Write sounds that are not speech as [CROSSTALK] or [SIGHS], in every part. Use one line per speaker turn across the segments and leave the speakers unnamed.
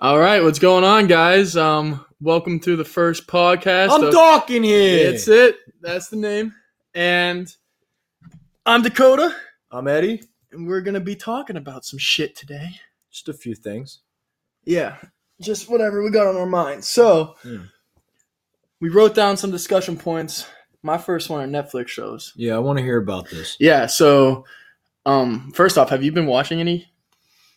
All right, what's going on, guys? Um, welcome to the first podcast.
I'm
of-
talking here.
It's it. That's the name. And I'm Dakota,
I'm Eddie.
and we're gonna be talking about some shit today.
Just a few things.
Yeah, just whatever we got on our mind. So
Hmm.
we wrote down some discussion points. My first one are Netflix shows.
Yeah, I want to hear about this.
Yeah. So, um, first off, have you been watching any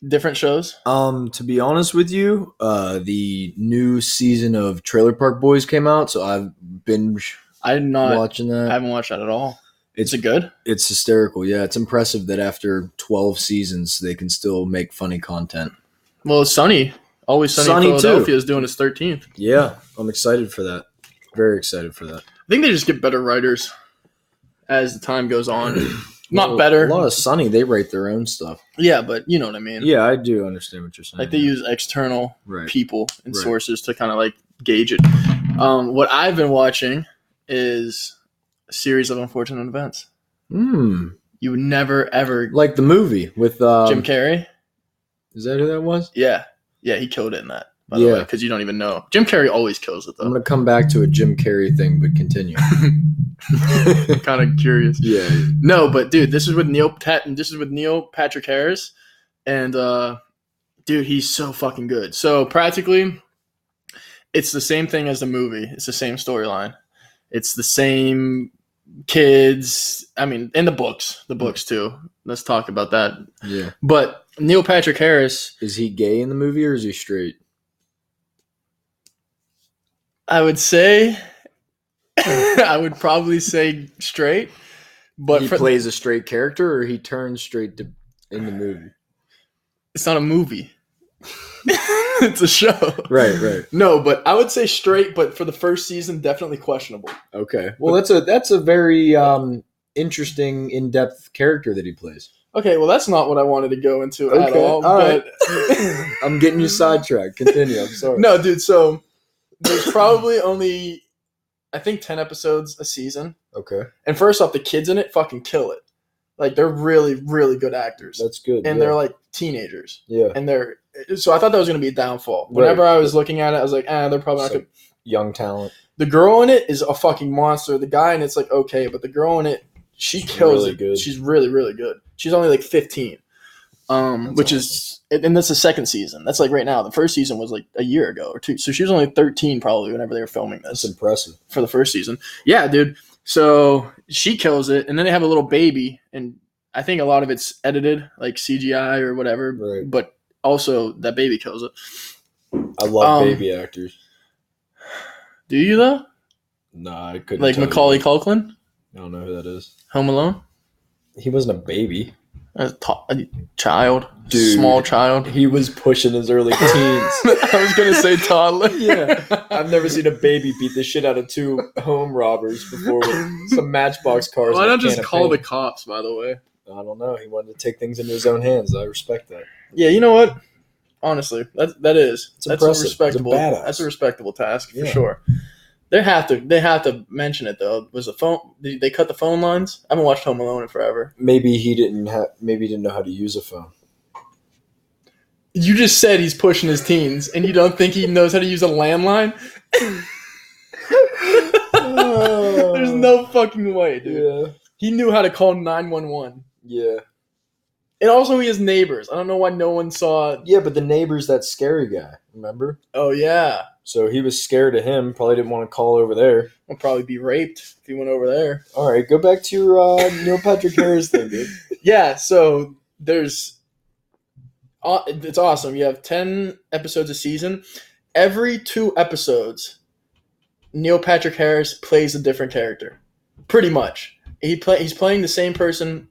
different shows?
Um, to be honest with you, uh, the new season of Trailer Park Boys came out, so I've been
I did not.
watching
I
that.
haven't watched that at all. Is
it's
it good?
it's hysterical. Yeah, it's impressive that after 12 seasons, they can still make funny content.
Well, Sunny, always Sunny,
Sunny,
in
too.
Philadelphia is doing his thirteenth.
Yeah, I'm excited for that. Very excited for that.
I think they just get better writers as the time goes
[CLEARS THROAT]
on.
Well,
Not better.
A lot of Sunny, they write their own stuff.
yeah, but you know what I mean.
Yeah, I do understand what you're saying.
Like they
yeah.
use external
right.
people and
Right.
sources to kind of like gauge it. Um, what I've been watching is a series of unfortunate events.
Mm,
You would never ever
like the movie with um,
Jim Carrey.
Is that who that was?
Yeah, yeah, he killed it in that. By the
Yeah.
way, because you don't even know. Jim Carrey always kills it
I'm
though.
gonna [LAUGHS] come back to a Jim Carrey thing, but continue.
kind of curious.
yeah,
No, but dude, this is with Neil Pat and this is with Neil Patrick Harris, and uh, dude, he's so fucking good. So practically, it's the same thing as the movie. It's the same storyline. It's the same kids. I mean, in the books, the books too. Let's talk about that.
yeah.
But Neil Patrick Harris,
Is he gay in the movie or is he straight?
I would say, [LAUGHS] I would probably say straight. But
he
for,
plays a straight character, or he turns straight to in the movie.
it's not a movie. [LAUGHS] it's a show.
Right, right.
No, but I would say straight, but for the first season, definitely questionable.
Okay. Well, that's a that's a very um, interesting, in depth character that he plays.
Okay, well, that's not what I wanted to go into at
Okay,
all.
all
but-
I'm getting you sidetracked. Continue. I'm sorry.
[LAUGHS] no, dude, so there's probably only, I think, 10 episodes a season.
Okay,
And first off, the kids in it fucking kill it. Like, they're really, really good actors.
that's good.
and
yeah.
they're like teenagers.
yeah,
And they're, so I thought that was going to be a downfall.
Right.
Whenever I was looking at it, I was like, ah, they're probably not
So-
going to.
young talent.
The girl in it is a fucking monster. The guy in it's like okay, but the girl in it, she
She's
kills
really
it.
good.
She's really really good. She's only like 15, um,
That's
which is and and that's the second season. That's like right now. The first season was like a year ago or two. So she was only 13 probably whenever they were filming
That's
this
impressive.
for the first season. Yeah, dude. So she kills it, and then they have a little baby, and I think a lot of it's edited like CGI or whatever.
Right.
But also that baby kills it.
I love
Um,
baby actors.
Do you though?
Nah, I couldn't.
Like
tell you.
Macaulay Culkin,
I don't know who that is.
Home Alone.
He wasn't a baby.
a, to- a child,
Dude.
small child.
He was pushing his
[LAUGHS]
early teens.
I was gonna say toddler.
[LAUGHS] yeah. I've never seen a baby beat the shit out of two home robbers before with some matchbox cars.
Why
and a
not just
can of
call the
paint.
cops? By the way.
I don't know. He wanted to take things into his own hands. I respect that.
Yeah, you know what? Honestly, that that is
It's
that's
impressive.
a respectable
It's a badass.
that's a respectable task for
Yeah.
sure. They have to they have to mention it though. Was the phone they, they cut the phone lines? I haven't watched Home Alone in forever.
Maybe he didn't have. Maybe he didn't know how to use a phone.
You just said he's pushing his teens, and you don't think he knows how to use a landline? [LAUGHS] [LAUGHS] There's no fucking way, dude.
Yeah.
He knew how to call nine one one.
Yeah.
And also, he has neighbors. I don't know why no one saw.
Yeah, but the neighbor's that scary guy. Remember?
Oh yeah,
So he was scared of him. Probably didn't want to call over there.
I'll probably be raped if he went over there.
All right, go back to your uh, Neil Patrick Harris thing,
[LAUGHS]
dude.
Yeah, so there's aw- it's awesome. You have 10 episodes a season. Every 2 episodes, Neil Patrick Harris plays a different character. Pretty much. He play he's playing the same person.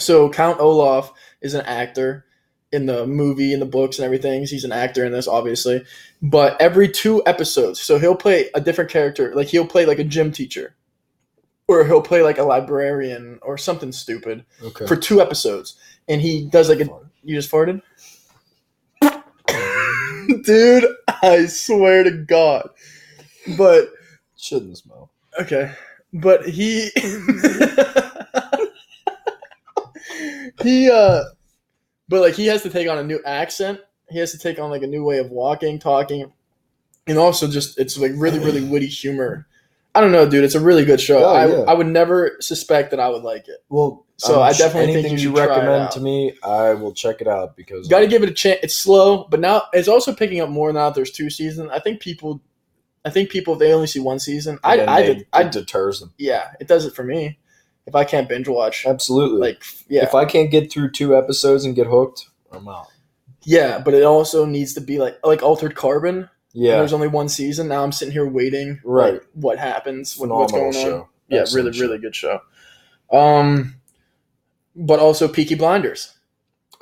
So Count Olaf is an actor in the movie in the books and everything. He's an actor in this obviously. But every 2 episodes, so he'll play a different character. Like he'll play like a gym teacher or he'll play like a librarian or something stupid
Okay.
for two episodes, and he does like a. You just farted, [LAUGHS] dude. I swear to God, but
Shouldn't smell.
okay, but he [LAUGHS] he uh, but like he has to take on a new accent He has to take on like a new way of walking, talking, and also just it's like really really witty humor. I don't know, dude. It's a really good show.
Oh,
I,
yeah.
I would never suspect that I would like it.
Well,
So
I'm
I
sure
definitely think
anything
you
you,
should try it
recommend
out.
to me, I will check it out because
Got to give it a chance. It's slow, but now it's also picking up more now. that There's two seasons. I think people, I think people if they only see one season. I
and
I,
they-
did, I
it deters them.
yeah, it does it for me. If I can't binge watch,
Absolutely.
like yeah,
If I can't get through two episodes and get hooked, I'm out.
yeah, but it also needs to be like like Altered Carbon. And
Yeah,
There's only one season. Now I'm sitting here waiting.
Right.
like, what happens? What,
phenomenal
what's going on?
show.
Yeah,
Excellent
really,
show.
really good show. Um, but also Peaky Blinders,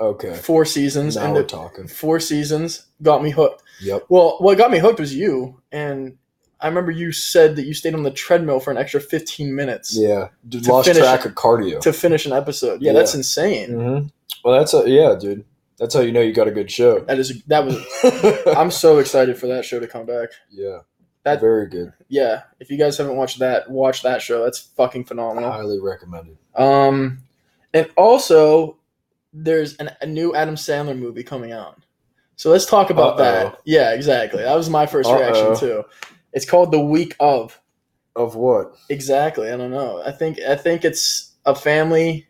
Okay,
four seasons,
now
and
we're
the
talking.
four seasons got me hooked.
Yep.
Well, what got me hooked was you, and I remember you said that you stayed on the treadmill for an extra 15 minutes
Yeah, Dude,
To
lost
finish-
track of cardio.
to finish an episode. Yeah,
Yeah.
that's insane.
hmm Well, that's a, yeah, dude. That's how you know you got a good show.
That is that was. I'm so excited for that show to come back.
[LAUGHS] yeah,
That-
very good.
Yeah, if you guys haven't watched that, watch that show. That's fucking phenomenal.
Highly recommended.
Um, and also, there's an, a new Adam Sandler movie coming out. So let's talk about
Uh-oh.
that. Yeah, exactly. That was my 1st
Uh-oh.
reaction too. It's called The Week of.
Of what?
Exactly. I don't know. I think I think it's a family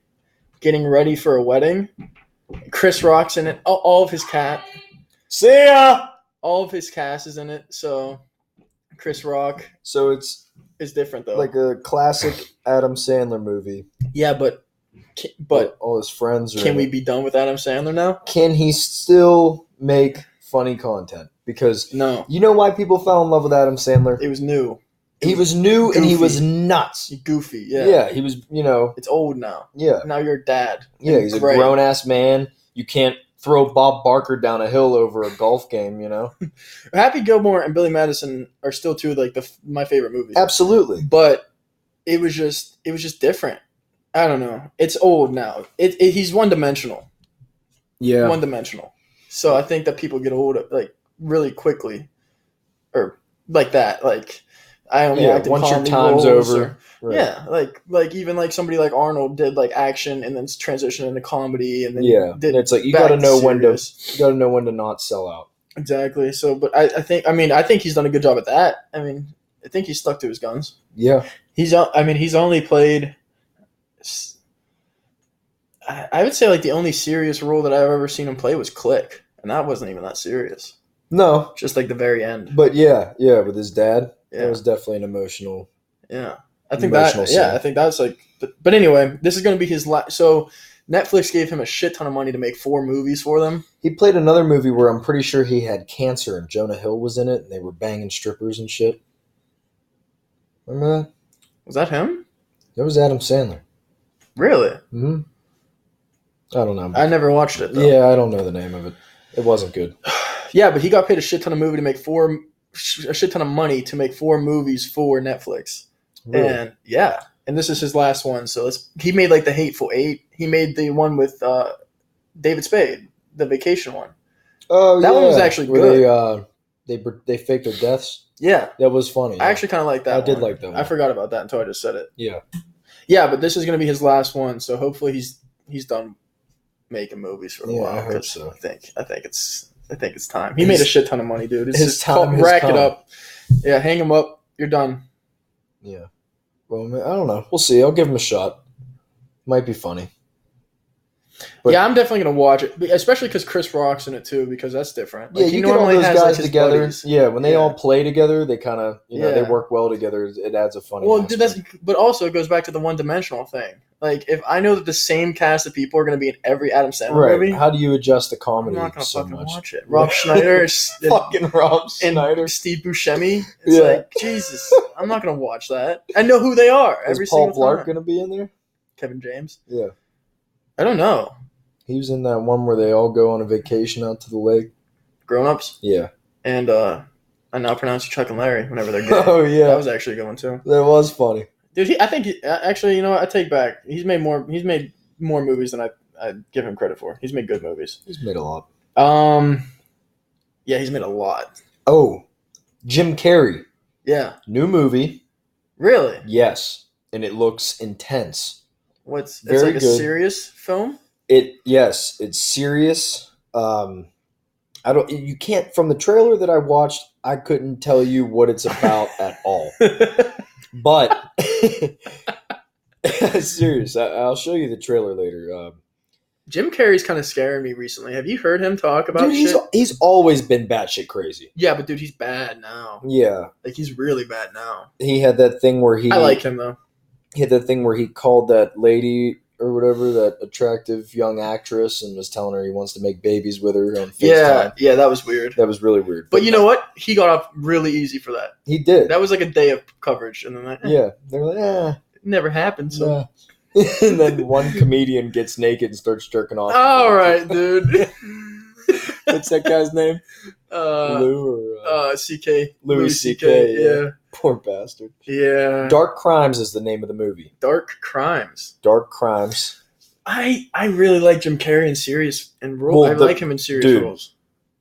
getting ready for a wedding. Chris Rock's in it. All, all of his cat,
See ya.
all of his cast is in it. So Chris Rock
So it's
is different though.
like a classic Adam Sandler movie,
yeah, but can- but
all his friends are.
can
in
we
it.
be done with Adam Sandler now?
Can he still make funny content? Because
No.
you know why people fell in love with Adam Sandler.
It was new.
He was new and he
Goofy.
was nuts.
Goofy.
Yeah. he was. You know.
It's old now.
Yeah,
Now you're a dad.
yeah. He's a
Great.
grown ass man. You can't throw Bob Barker down a hill over a golf game. You know.
Happy Gilmore and Billy Madison are still two of like the my favorite movies.
Absolutely.
But it was just it was just different. I don't know. It's old now. It, it he's one dimensional.
Yeah.
One dimensional. So I think that people get old like really quickly, or like that. Like I only
Yeah,
acted
once your
comedy
time's
roles
over,
or-
Right.
Yeah, like like even like somebody like Arnold did like action and then transitioned into comedy and then
Yeah.
did
and it's like you
back
got to know when to.
serious.
You got to know when to not sell out.
Exactly. So, but I, I think I mean I think he's done a good job at that. I mean, I think he's stuck to his guns.
Yeah.
He's o- I mean he's only played. s- I I would say like the only serious role that I've ever seen him play was Click, and that wasn't even that serious.
No.
Just like the very end.
But yeah, yeah. With his dad, that
Yeah,
was definitely an emotional.
yeah. I think that.
Emotional
Yeah,
scene.
I think that's like. But, but anyway, this is gonna be his last. So Netflix gave him a shit ton of money to make four movies for them.
He played another movie where I'm pretty sure he had cancer and Jonah Hill was in it and they were banging strippers and shit. Remember that?
Was that him?
That was Adam Sandler.
Really?
Hmm. I don't know.
I never watched it. Though.
Yeah, I don't know the name of it. It wasn't good.
Yeah, but he got paid a shit ton of movie to make four a shit ton of money to make four movies for Netflix.
Really.
And yeah, and this is his last one. So it's he made like the Hateful Eight. He made the one with uh, David Spade, the Vacation one.
oh,
that one was
yeah,
actually
where They, uh, they br- they faked their deaths.
Yeah,
That was funny.
I actually kind of like that.
I did
one.
like that. One.
I forgot about that until I just said it.
Yeah.
Yeah, but this is gonna be his last one. So hopefully he's he's done making movies for a
Yeah,
while.
I hope
'cause
so.
I think I think it's I think it's time. He
His-
made a shit ton of money, dude. It's
his
just call-
time has
rack
come.
it up. Yeah, hang him up. You're done.
Yeah. Well, man, I don't know. We'll see. I'll give him a shot. Might be funny. But-
yeah, I'm definitely gonna watch it, but- especially because Chris Rock's in it too, because that's different.
yeah,
Like,
you get all those
like,
guys
his
together.
buddies.
Yeah, when they
Yeah.
all play together, they kind of you know they
Yeah.
work well together. It adds a funny.
Well, dude, that's
aspect.
but also it goes back to the one-dimensional thing. Like, if I know that the same cast of people are gonna be in every Adam Sandler
right.
movie,
How do you adjust the
I'm
comedy
not gonna
so
fucking
much?
watch it.
[LAUGHS]
Rob Schneider is- and,
Fucking Rob
and
Snyder.
Steve Buscemi. It's
[LAUGHS] Yeah.
like Jesus, I'm not gonna watch that. I know who they are every
Is Paul
single
Blart
time.
gonna be in there?
Kevin James.
Yeah.
I don't know.
He was in that one where they all go on a vacation out to the lake.
Grown-ups [LAUGHS]
Yeah.
and uh, I now pronounce Chuck and Larry whenever they're good.
Oh [LAUGHS] yeah,
That
that was,
was actually a good one too.
funny.
Dude, he, I think he, uh, actually, you know, what? I take back. He's made more. He's made more movies than I, I give him credit for. He's made good movies.
He's made a lot.
Um, yeah, he's made a lot.
Oh, Jim Carrey,
Yeah,
new movie.
really.
Yes, and it looks intense.
What's it's
Very
like a
good.
serious film?
It yes, it's serious. Um, I don't. You can't. From the trailer that I watched, I couldn't tell you what it's about at all. But [LAUGHS] serious, I, I'll show you the trailer later. Um,
[LAUGHS] Jim Carrey's kind of scaring me recently. Have you heard him talk about
dude, he's
shit?
he's always been batshit crazy.
yeah, but dude, he's bad now.
Yeah,
Like he's really bad now.
he had that thing where he
I like him though.
he had that thing where he called that lady or whatever that attractive young actress and was telling her he wants to make babies with her on FaceTime.
Yeah, yeah, that was weird.
That was really weird.
But you know what? He got off really easy for that.
he did.
That was like a day of coverage, and then that eh,
[LAUGHS] yeah, they're like, eh,
it never happened. So.
nah. [LAUGHS] and then one comedian gets naked and starts jerking off.
All right, dude. [LAUGHS]
what's that guy's name?
uh,
Lou or uh,
uh, CK.
Louis CK, yeah. poor bastard.
Yeah. yeah. Dark,
Dark Crimes is the name of the movie.
crimes.
Dark Crimes.
I I really like Jim Carrey in serious and role.
Well,
I
the-
like him in serious
dude. Um,
roles.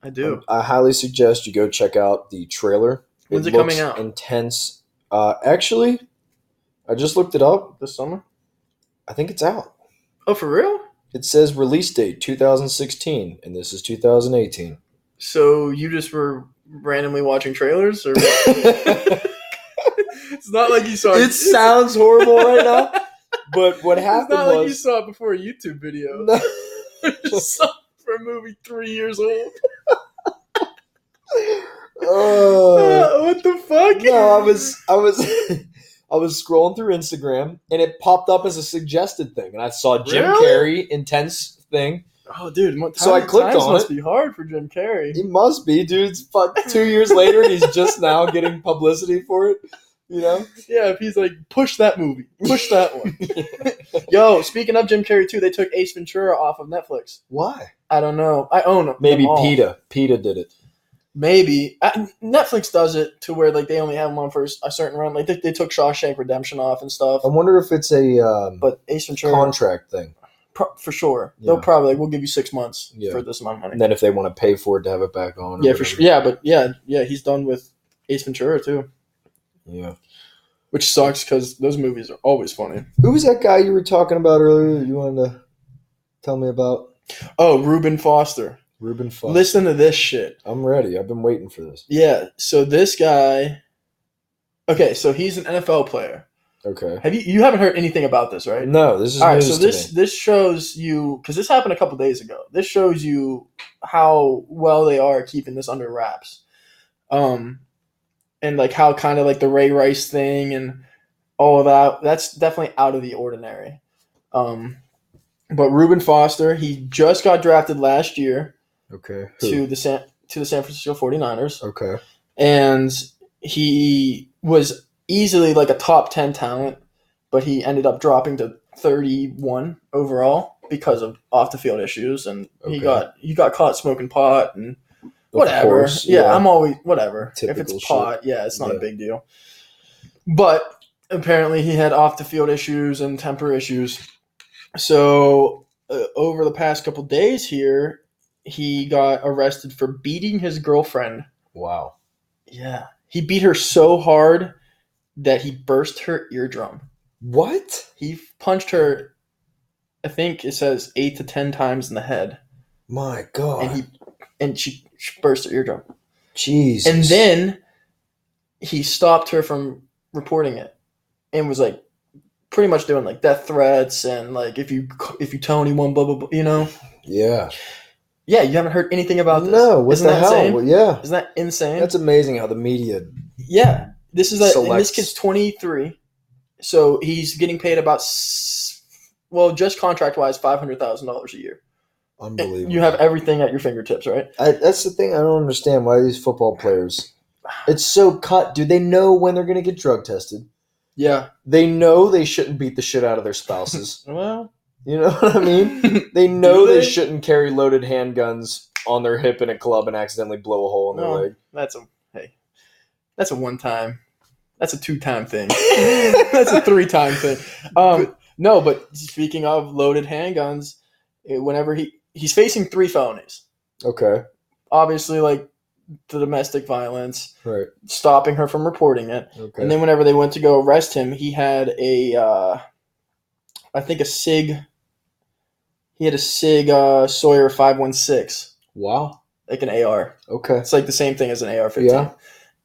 I do.
I highly suggest you go check out the trailer.
When's it
looks
coming out?
Intense. Uh, actually, I just looked it up.
This summer?
I think it's out.
Oh, for real?
It says release date 2016, and this is
[LAUGHS]
2018.
So you just were randomly watching trailers, or
[LAUGHS]
what? it's not like you saw
it sounds horrible
[LAUGHS]
right now, but what
It's
happened
not like you
was
saw it before a YouTube video.
[LAUGHS] no,
[LAUGHS] You saw it for a movie three years old.
Uh,
[LAUGHS] Uh, what the fuck?
no, I was I was [LAUGHS] I was scrolling through Instagram, and it popped up as a suggested thing, and I saw Jim
Really?
Carrey intense thing.
Oh, dude. What,
So I
times-
clicked
times
on
must
it.
be hard for Jim Carey.
It must be, dude. It's fuck two years later, and he's just now getting publicity for it. You know,
Yeah, if he's like, push that movie, push that one.
[LAUGHS]
Yo, speaking of Jim Carrey too, they took Ace Ventura off of Netflix.
why?
I don't know. I own them.
Maybe
all.
PETA. PETA did it.
Maybe I, Netflix does it to where like they only have them on for a certain run. Like they, they took Shawshank Redemption off and stuff.
I wonder if it's a um,
But Ace Ventura,
contract thing,
pro- for sure,
Yeah.
they'll probably like, we'll give you six months
Yeah.
for this amount of money.
and then if they want to pay for it to have it back on, or
Yeah, for
whatever.
sure. Yeah, but yeah, yeah, he's done with Ace Ventura too,
Yeah.
which sucks because those movies are always funny.
Who was that guy you were talking about earlier that you wanted to tell me about?
Oh, Reuben Foster.
Ruben Fox.
Listen to this shit.
I'm ready. I've been waiting for this.
Yeah, so this guy. Okay, so he's an NFL player.
Okay.
Have you you haven't heard anything about this, right?
No, this is
All right,
news
so
to
this
me.
this shows you because this happened a couple days ago. This shows you how well they are keeping this under wraps, um, and like how kind of like the Ray Rice thing and all of that. That's definitely out of the ordinary. Um, but Reuben Foster, he just got drafted last year
Okay.
to
Who?
the San to the San Francisco 49ers
Okay.
and he was easily like a top 10 talent but he ended up dropping to 31 overall because of off the field issues and he
Okay.
got he got caught smoking pot and
Of
whatever
course,
yeah, i'm always whatever if
Typical
it's pot yeah it's not
Yeah.
a big deal but apparently he had off the field issues and temper issues so uh, over the past couple days here he got arrested for beating his girlfriend
Wow.
yeah. He beat her so hard that he burst her eardrum.
What?
He punched her, I think it says eight to ten times in the head,
My God.
and he and she, she burst her eardrum.
Jesus.
And then he stopped her from reporting it, and was like, pretty much doing like death threats and like if you if you tell anyone, blah blah blah. You know,
Yeah.
yeah. You haven't heard anything about this.
No. What
Isn't
the
that
hell?
insane?
Well, yeah.
Isn't that insane?
That's amazing how the media.
Yeah, this is a, and
Selects.
this kid's 23, so he's getting paid about s- well, just contract wise, five hundred thousand dollars a year.
Unbelievable.
You have everything at your fingertips, right?
I, that's the thing I don't understand. Why these football
[SIGHS]
players? It's so cut. Do they know when they're going to get drug tested?
Yeah.
They know they shouldn't beat the shit out of their spouses. [LAUGHS]
Well,
You know what I mean? They know
Do
they?
they?
shouldn't carry loaded handguns on their hip in a club and accidentally blow a hole in their
No.
leg.
[LAUGHS] that's a hey, that's a one time, that's a two time thing, [LAUGHS] that's a three time thing. Um, no, but speaking of loaded handguns, eh, whenever he he's facing three felonies,
Okay,
obviously like the domestic violence,
right.
stopping her from reporting it.
Okay.
And then whenever they went to go arrest him, he had a, uh, I think a Sig. He had a Sig uh, Sawyer five one six.
wow.
like an AR.
Okay.
It's like the same thing as an AR fifteen.
Yeah.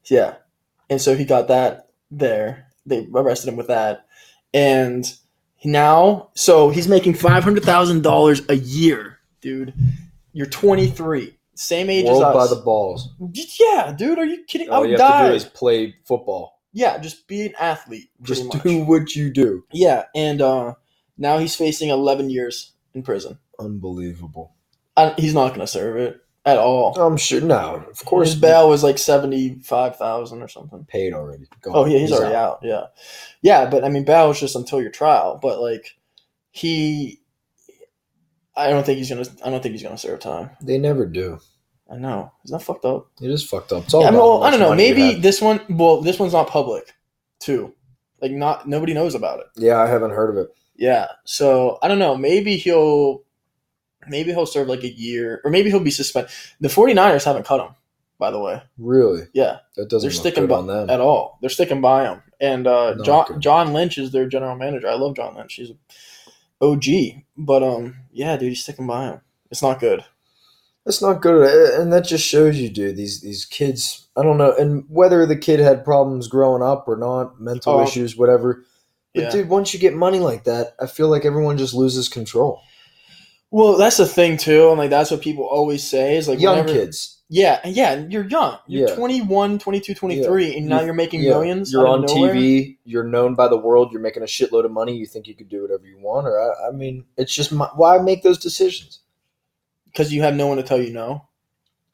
Yeah. And so he got that there. They arrested him with that. And he now so he's making five hundred thousand dollars a year, dude. You're twenty three. Same age
World
as
by
us.
the balls.
yeah, dude, are you kidding? I
All
would
you have
die.
to do is play football.
yeah, just be an athlete. pretty
Just
much.
do what you do.
Yeah, and uh, now he's facing 11 years in prison.
Unbelievable.
I, he's not going to serve it at all.
I'm sure. No, of
Of course,
course.
Oh, his bail was like 75,000 or something.
paid already. Gone.
Oh, yeah, he's, already out. Yeah. Yeah, but I mean, bail is just until your trial, but like he. I don't think he's gonna. I don't think he's gonna serve time.
They never do.
I know. Isn't that fucked up?
It is fucked up. It's all
Yeah, I, mean,
about how
well, I
much
don't know.
money you
Maybe
have.
this one. Well, this one's not public, too. Like, not nobody knows about it.
Yeah, I haven't heard of it.
Yeah. So I don't know. Maybe he'll maybe he'll serve like a year or maybe he'll be suspended. The 49ers haven't cut him, by the way.
Really?
Yeah.
That doesn't
They're
look
sticking
good
by
on them.
at all. They're sticking by him. And uh,
Not
John
good.
John Lynch is their general manager. I love John Lynch. He's a OG. But um yeah, dude, he's sticking by him. It's not good.
That's not good, uh, and that just shows you, dude. These these kids, I don't know, and whether the kid had problems growing up or not, mental
Oh.
issues, whatever. But
Yeah.
dude, once you get money like that, I feel like everyone just loses control.
Well, that's the thing too, and like that's what people always say is like
Young
whenever-
kids,
Yeah, and yeah, and you're young. You're
Yeah.
21, 22, 23, and now
You-
you're making
Yeah,
millions.
You're
out
on
of nowhere.
TV. You're known by the world. You're making a shitload of money. You think you could do whatever you want, or I, I mean, it's just my, why make those decisions.
because you have no one to tell you no.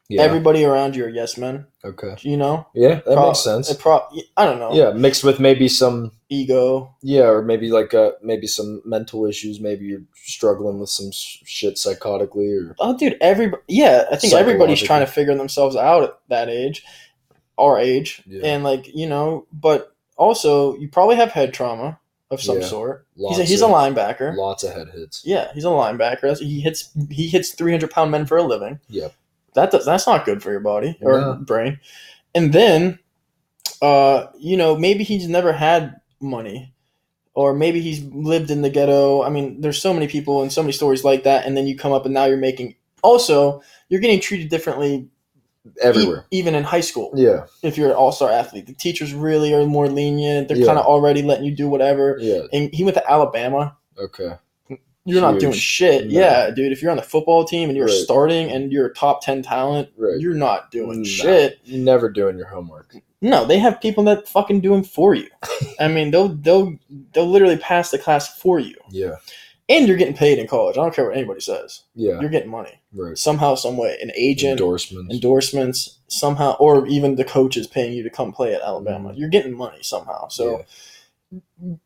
Yeah.
Everybody around you are yes men.
okay.
You know,
Yeah, that
Pro-
makes sense.
it pro- I don't know.
yeah, mixed with maybe some
Ego.
Yeah, or maybe like uh, maybe some mental issues. Maybe you're struggling with some sh- shit psychotically, or
Oh, dude. Every yeah, I think everybody's
Psychological.
trying to figure themselves out at that age, our age,
Yeah.
and like you know. But also, you probably have head trauma of some
Yeah.
sort.
lots
he's a, he's a
of,
linebacker.
lots of head hits.
Yeah, he's a linebacker. That's- He hits he hits three hundred pound men for a living.
Yep.
That does, that's not good for your body or
No.
brain. And then, uh, you know, maybe he's never had money, or maybe he's lived in the ghetto. I mean, there's so many people and so many stories like that. And then you come up and now you're making. Also, you're getting treated differently e-
everywhere.
even in high school
Yeah,
if you're an all-star athlete. The teachers really are more lenient. They're
Yeah.
kind of already letting you do whatever.
yeah,
And he went to Alabama
okay,
you're not doing
Huge.
shit.
No.
Yeah, dude. If you're on the football team and you're
Right.
starting and you're a top ten talent,
right.
you're not doing
No.
shit.
You're never doing your homework.
No, they have people that fucking do them for
[LAUGHS]
you. I mean, they'll they'll they'll literally pass the class for you,
Yeah,
and you're getting paid in college. I don't care what anybody says.
yeah,
You're getting money
right.
somehow, some way. An agent,
Endorsements.
endorsements, somehow, or even the coach is paying you to come play at Alabama.
Mhm.
You're getting money somehow, so
Yeah.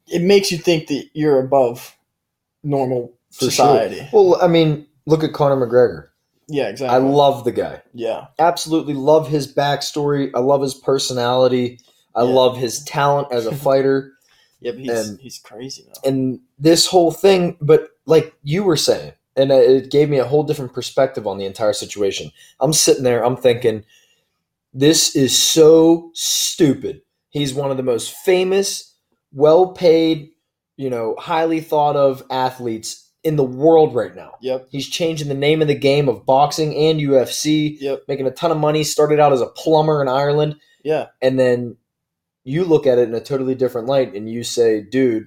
it makes you think that you're above normal
For sure.
society.
Well, I mean, look at Conor McGregor.
Yeah, exactly.
I love the guy.
yeah.
Absolutely love his backstory. I love his personality. I
Yeah.
love his talent as a fighter. [LAUGHS]
Yeah, but he's
And-
he's crazy now.
and this whole thing but like you were saying and it gave me a whole different perspective on the entire situation i'm sitting there i'm thinking this is so stupid he's one of the most famous well paid you know highly thought of athletes in the world right now
Yep.
he's changing the name of the game of boxing and ufc
Yep.
making a ton of money started out as a plumber in ireland
Yeah.
and then you look at it in a totally different light and you say dude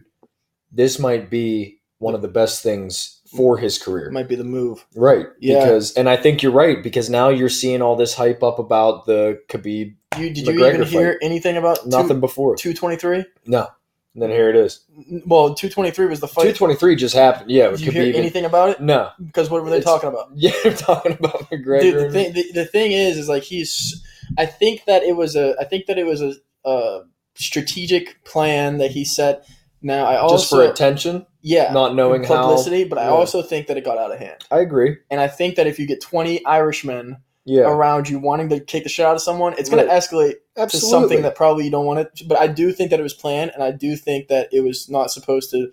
this might be one of the best things for his career
Might be the move.
right
Yeah.
because and i think you're right because now you're seeing all this hype up about the khabib
You did you
McGregor
even hear anything about
nothing before
Two twenty three.
no and then here it is
Well, two twenty three was the fight.
223 just happened yeah with
Did you hear
khabib and-
anything about it?
no
Because what were they
It's-
talking about?
[LAUGHS] yeah you're talking about mcgregor
Dude, the thing the, the thing is, is like he's. I think that it was a. I think that it was a, a strategic plan that he set. Now I also
just for attention
yeah
not knowing how
publicity, but I
yeah.
also think that it got out of hand.
i agree
And I think that if you get twenty Irishmen
yeah
around you wanting to kick the shit out of someone, it's going
Right.
to escalate to
absolutely
something that probably you don't want it. to- But I do think that it was planned, and I do think that it was not supposed to.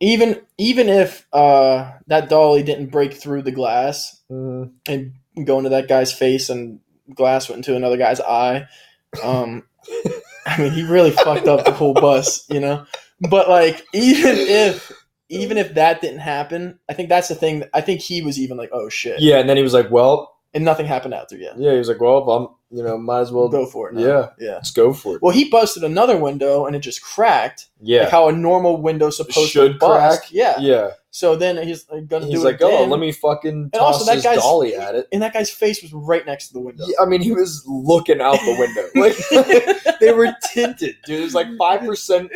Even even if uh, that dolly didn't break through the glass
Mhm.
and go into that guy's face, and glass went into another guy's eye, um, I mean, he really
[LAUGHS]
fucked up the whole bus, you know. But like, even if even if that didn't happen, I think that's the thing. I think he was even like, "Oh shit."
yeah and then he was like well
and nothing happened after yet.
Yeah, he was like, well, I'm, you know, might as well.
Go for it. now.
yeah.
yeah.
Let's go for it.
Well, he busted another window and it just cracked.
yeah.
Like how a normal window's supposed to
Should
bust.
crack.
Yeah.
yeah.
So then he's like, gonna
He's
do
like,
it. again.
oh, let me fucking
And also
toss
that
this
guy's-
dolly at it.
And that guy's face was right next to the window.
Yeah, I mean, he was looking out the
[LAUGHS]
window. Like, [LAUGHS] they were tinted, dude. It was like 5%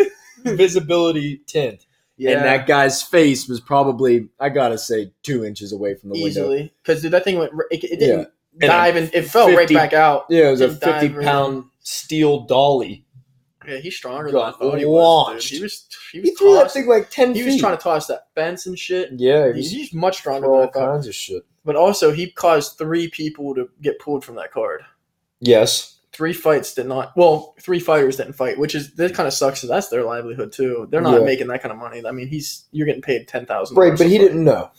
visibility tint.
yeah.
And that guy's face was probably, I gotta say, two inches away from the window.
easily because that thing went. It, it
Yeah.
didn't dive and it fell right
50
back out.
Yeah, it was a
Didn't dive
50
or-
pound steel dolly.
Yeah, he's stronger than I
Got
thought he was.
launched.
Dude. He was. He was.
He threw that
tossing-
thing like 10
he
feet.
was trying to toss that fence and shit.
yeah, it
He's,
was
he's much stronger
for
than I
all
thought.
kinds of shit.
But also, he caused three people to get pulled from that card.
Yes.
Three fights did not. Well, three fighters didn't fight, which is that kind of sucks. 'cause that's their livelihood too. They're not
Yeah.
making that kind of money. I mean, he's you're getting paid ten thousand.
Right, but he didn't know.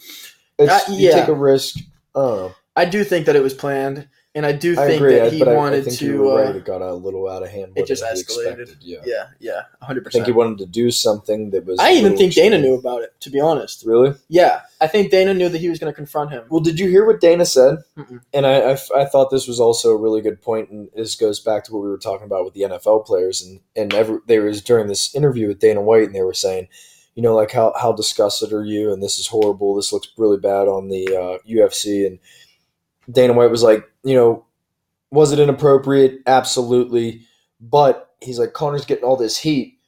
It's,
Uh,
You
yeah.
take a risk. Oh,
I do think that it was planned, and I do
I
think
agree.
that
I,
he
but I- I
wanted
think you
to.
were
Uh,
right. It got a little out of hand.
it
more
just
than he
escalated.
expected, Yeah.
yeah, yeah, hundred
I think he
percent.
wanted to do something that was.
I
a
even
little
think Dana
extreme.
knew about it. To be honest,
Really?
yeah, I think Dana knew that he was going to confront him.
Well, did you hear what Dana said?
Mm-mm.
And I, I f- I thought this was also a really good point, and this goes back to what we were talking about with the NFL players, and and every, there was during this interview with Dana White, and they were saying, you know, like how how disgusted are you, and this is horrible, this looks really bad on the uh, UFC, and Dana White was like, you know, was it inappropriate? Absolutely, but he's like, Connor's getting all this heat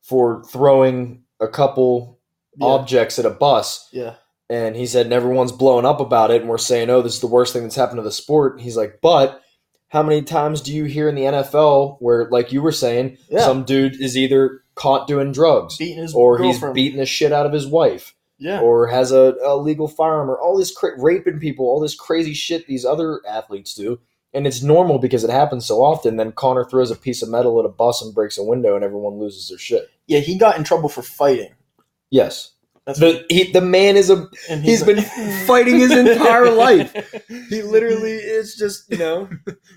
for throwing a couple
Yeah,
objects at a bus,
yeah,
and he said, and everyone's blowing up about it, and we're saying, oh, this is the worst thing that's happened to the sport. And he's like, but how many times do you hear in the NFL where, like you were saying,
Yeah.
some dude is either caught doing drugs,
beating his
or he's
girlfriend.
beating the shit out of his wife,
yeah,
or has a a illegal firearm, or all this cra- raping people, all this crazy shit these other athletes do. And it's normal because it happens so often. Then Connor throws a piece of metal at a bus and breaks a window, and everyone loses their shit.
yeah, he got in trouble for fighting.
Yes,
That's
the he, the man is a
and
he's been fighting his
[LAUGHS]
entire life. He literally is just, you know,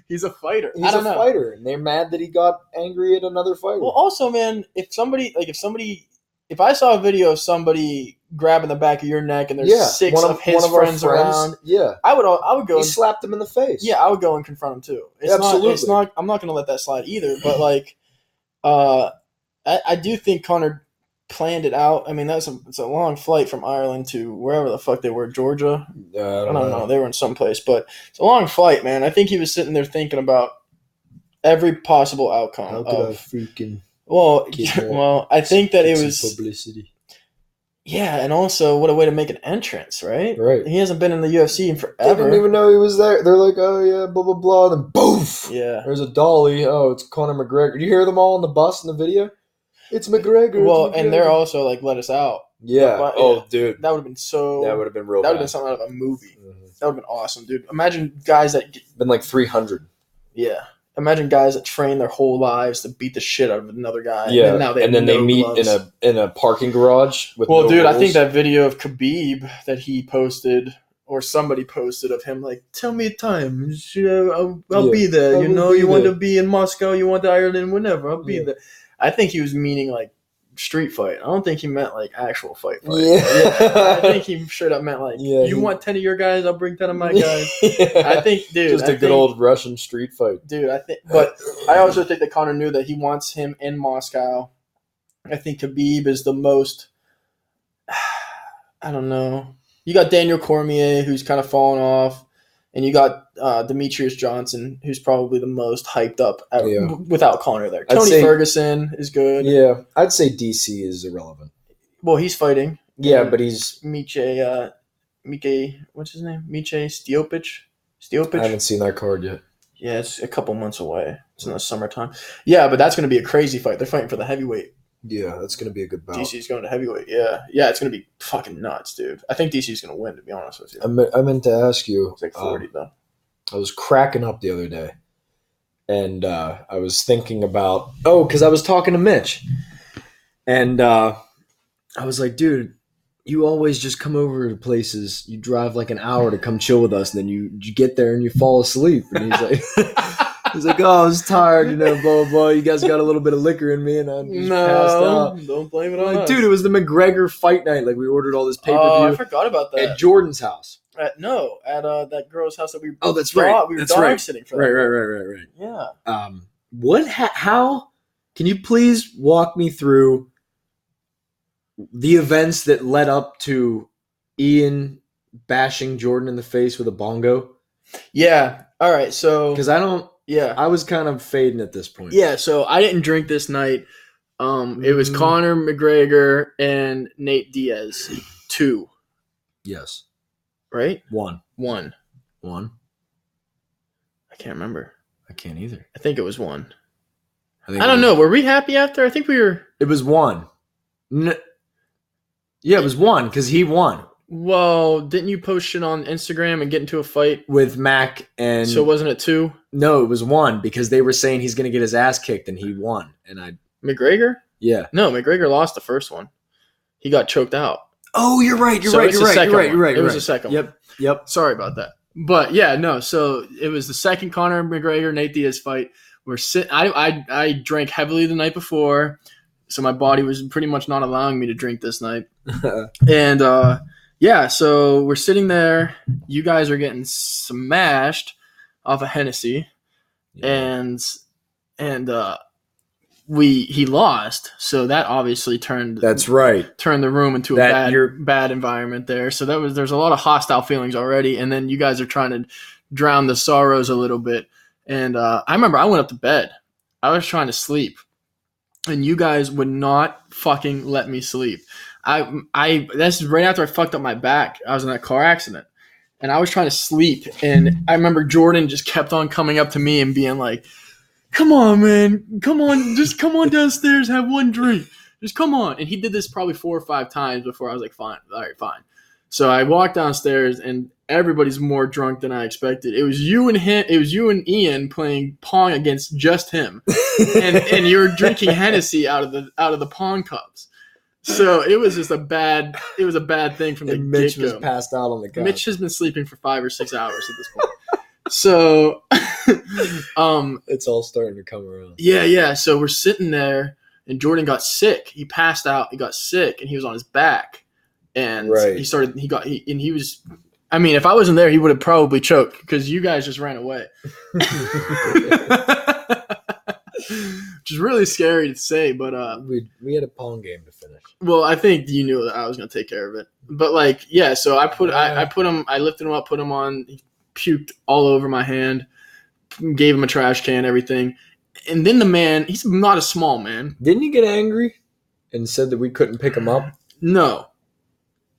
he's a fighter.
he's
I don't
a
know.
fighter, and they're mad that he got angry at another fighter.
Well, also, man, if somebody like if somebody if I saw a video of somebody grabbing the back of your neck and there's six of, his
our
friends, around,
Yeah,
I would al- I would go.
he
and-
slapped him in the face.
yeah, I would go and confront him too. It's Not, it's
Absolutely.
not. I'm not going to let that slide either. But like, uh, I, I do think Connor planned it out. I mean, that's a it's a long flight from Ireland to wherever the fuck they were, Georgia.
Uh, I
I don't
don't, know.
know. They were in some place, but it's a long flight, man. I think he was sitting there thinking about every possible outcome
How could I
of
freaking
well, [LAUGHS]
Get more
well, I think that
get
it
some
was
publicity?
[LAUGHS] yeah, and also what a way to make an entrance, right?
Right.
He hasn't been in the UFC in
They didn't
forever.
even know he was there. They're like, oh yeah, blah blah blah, and then boof. [LAUGHS]
yeah.
There's a dolly. Oh, it's Conor McGregor. You hear them all on the bus in the video. It's McGregor. it's
Well, and they're
McGregor.
also like let us out.
yeah.
but-
oh, dude,
That would have been so.
that would have been real.
that would have
bad.
been something out of a movie.
Mhm.
That would have been awesome, dude. Imagine guys that get-
been like 300.
yeah. Imagine guys that train their whole lives to beat the shit out of another guy.
yeah,
and, now they
and then they meet in
a.
a in a parking garage with.
Well,
no
dude, I
rules.
think that video of Khabib that he posted or somebody posted of him, like, tell me a time. Sh- I'll, I'll
Yeah.
be there.
I
you
will
know,
be
you want
there.
to be in Moscow, you want to Ireland, whenever. I'll be
Yeah.
there. I think he was meaning like street fight. I don't think he meant like actual fight fight. [LAUGHS]
Yeah.
I
[LAUGHS]
think he straight up meant like,
Yeah,
you
he-
want ten of your guys, I'll bring ten of my
[LAUGHS]
guys. I think, dude,
just
I
a good
think-
old Russian street fight.
dude. I think, but I also think that Connor knew that he wants him in Moscow. I think Khabib is the most. [SIGHS] I don't know. You got Daniel Cormier, who's kind of fallen off, and you got uh, Demetrius Johnson, who's probably the most hyped up out,
Yeah.
w- without Connor there.
I'd
Tony
say-
Ferguson is good.
yeah, I'd say DC is irrelevant.
Well, he's fighting
Yeah, but he's.
Miche. Uh, Miche, what's his name? Miche Stiopic.
I
Stiopic.
haven't seen that card yet.
Yeah, it's a couple months away. It's in the summertime. Yeah, but that's going to be a crazy fight. They're fighting for the heavyweight.
Yeah, that's gonna be a good battle.
DC's going to heavyweight. Yeah, yeah, it's going to be fucking nuts, dude. I think DC's going to win. To be honest with you,
I, me- I meant to ask you.
it's like
um,
forty though.
I was cracking up the other day, and uh, I was thinking about oh, because I was talking to Mitch, and uh, I was like, dude, you always just come over to places. You drive like an hour to come chill with us, and then you, you get there and you fall asleep. And he's like. [LAUGHS] He's like, oh, I was tired, you know, blah, blah, blah. You guys got a little bit of liquor in me, and I just passed out.
don't blame it
I'm
on
like,
us.
dude, it was the McGregor fight night. Like, we ordered all this pay per
Oh, I
view
forgot about that.
at Jordan's house.
At, no, at uh, that girl's house that we
Oh, that's
dog,
right.
we were
that's
dog
right.
sitting for.
Right, right, right, right, right.
Yeah.
Um, what? Ha- how? Can you please walk me through the events that led up to Ian bashing Jordan in the face with a bongo?
Yeah. All right. So
Because I don't.
yeah,
I was kind of fading at this point.
yeah. So I didn't drink this night. Um, it was
Mhm.
Connor McGregor and Nate Diaz, two
Yes.
right,
One.
one.
One.
I can't remember.
I can't either.
I think it was one.
think
I
it
don't
was-
know. Were we happy after? I think we were.
It was one. N- yeah, it was one because he won
Well, didn't you post shit on Instagram and get into a fight?
with Mac and.
so wasn't it two?
No, it was one because they were saying he's going to get his ass kicked, and he won. And I,
McGregor?
yeah.
No, McGregor lost the first one. He got choked out.
Oh, you're right.
So it's the second one. It was the second one.
Yep. Yep.
Sorry about that. But yeah, no. So it was the second Conor McGregor Nate Diaz fight. We're sit. I I I drank heavily the night before, so my body was pretty much not allowing me to drink this night.
[LAUGHS]
And uh, yeah, so we're sitting there. You guys are getting smashed off of Hennessy, and and uh, we he lost. So that obviously turned
That's right.
turn the room into a
That
bad
you're-
bad environment there. So that was there's a lot of hostile feelings already, and then you guys are trying to drown the sorrows a little bit. And uh, I remember I went up to bed. I was trying to sleep, and you guys would not fucking let me sleep. I I that's right after I fucked up my back. I was in that car accident. And I was trying to sleep, and I remember Jordan just kept on coming up to me and being like, "Come on, man, come on, just come on downstairs, have one drink." just come on. And he did this probably four or five times before I was like, fine, all right, fine. So I walked downstairs and everybody's more drunk than I expected. It was you and him, it was you and Ian playing pong against just him. [LAUGHS]
[LAUGHS]
And and you were drinking Hennessy out of the out of the pong cups. So it was just a bad it was a bad thing from the
and Mitch was
get-go.
passed out on the couch.
Mitch has been sleeping for five or six hours at this point. so [LAUGHS] um
it's all starting to come
[LAUGHS]
around.
yeah, yeah. So we're sitting there, and Jordan got sick. He passed out. He got sick, and he was on his back, and
Right.
he started. He got. He, and he was. I mean, if I wasn't there, he would have probably choked because you guys just ran away, [LAUGHS] which is really scary to say. But uh,
we we had a pong game to finish.
well, I think you knew that I was gonna take care of it. But like, yeah. So I put I, I put him. I lifted him up, put him on. He puked all over my hand. Gave him a trash can, everything. And then the man, he's not a small man.
Didn't you get angry and said that we couldn't pick him up?
No,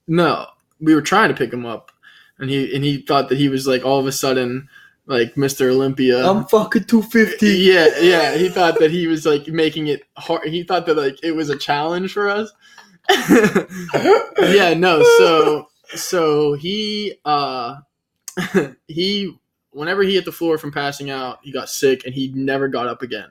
no. We were trying to pick him up, and he and he thought that he was like all of a sudden like Mr. Olympia.
I'm fucking two fifty.
yeah, yeah. He thought that he was like making it hard. He thought that like it was a challenge for us. [LAUGHS]
[LAUGHS]
yeah, no. So so he uh [LAUGHS] he whenever he hit the floor from passing out, he got sick and he never got up again.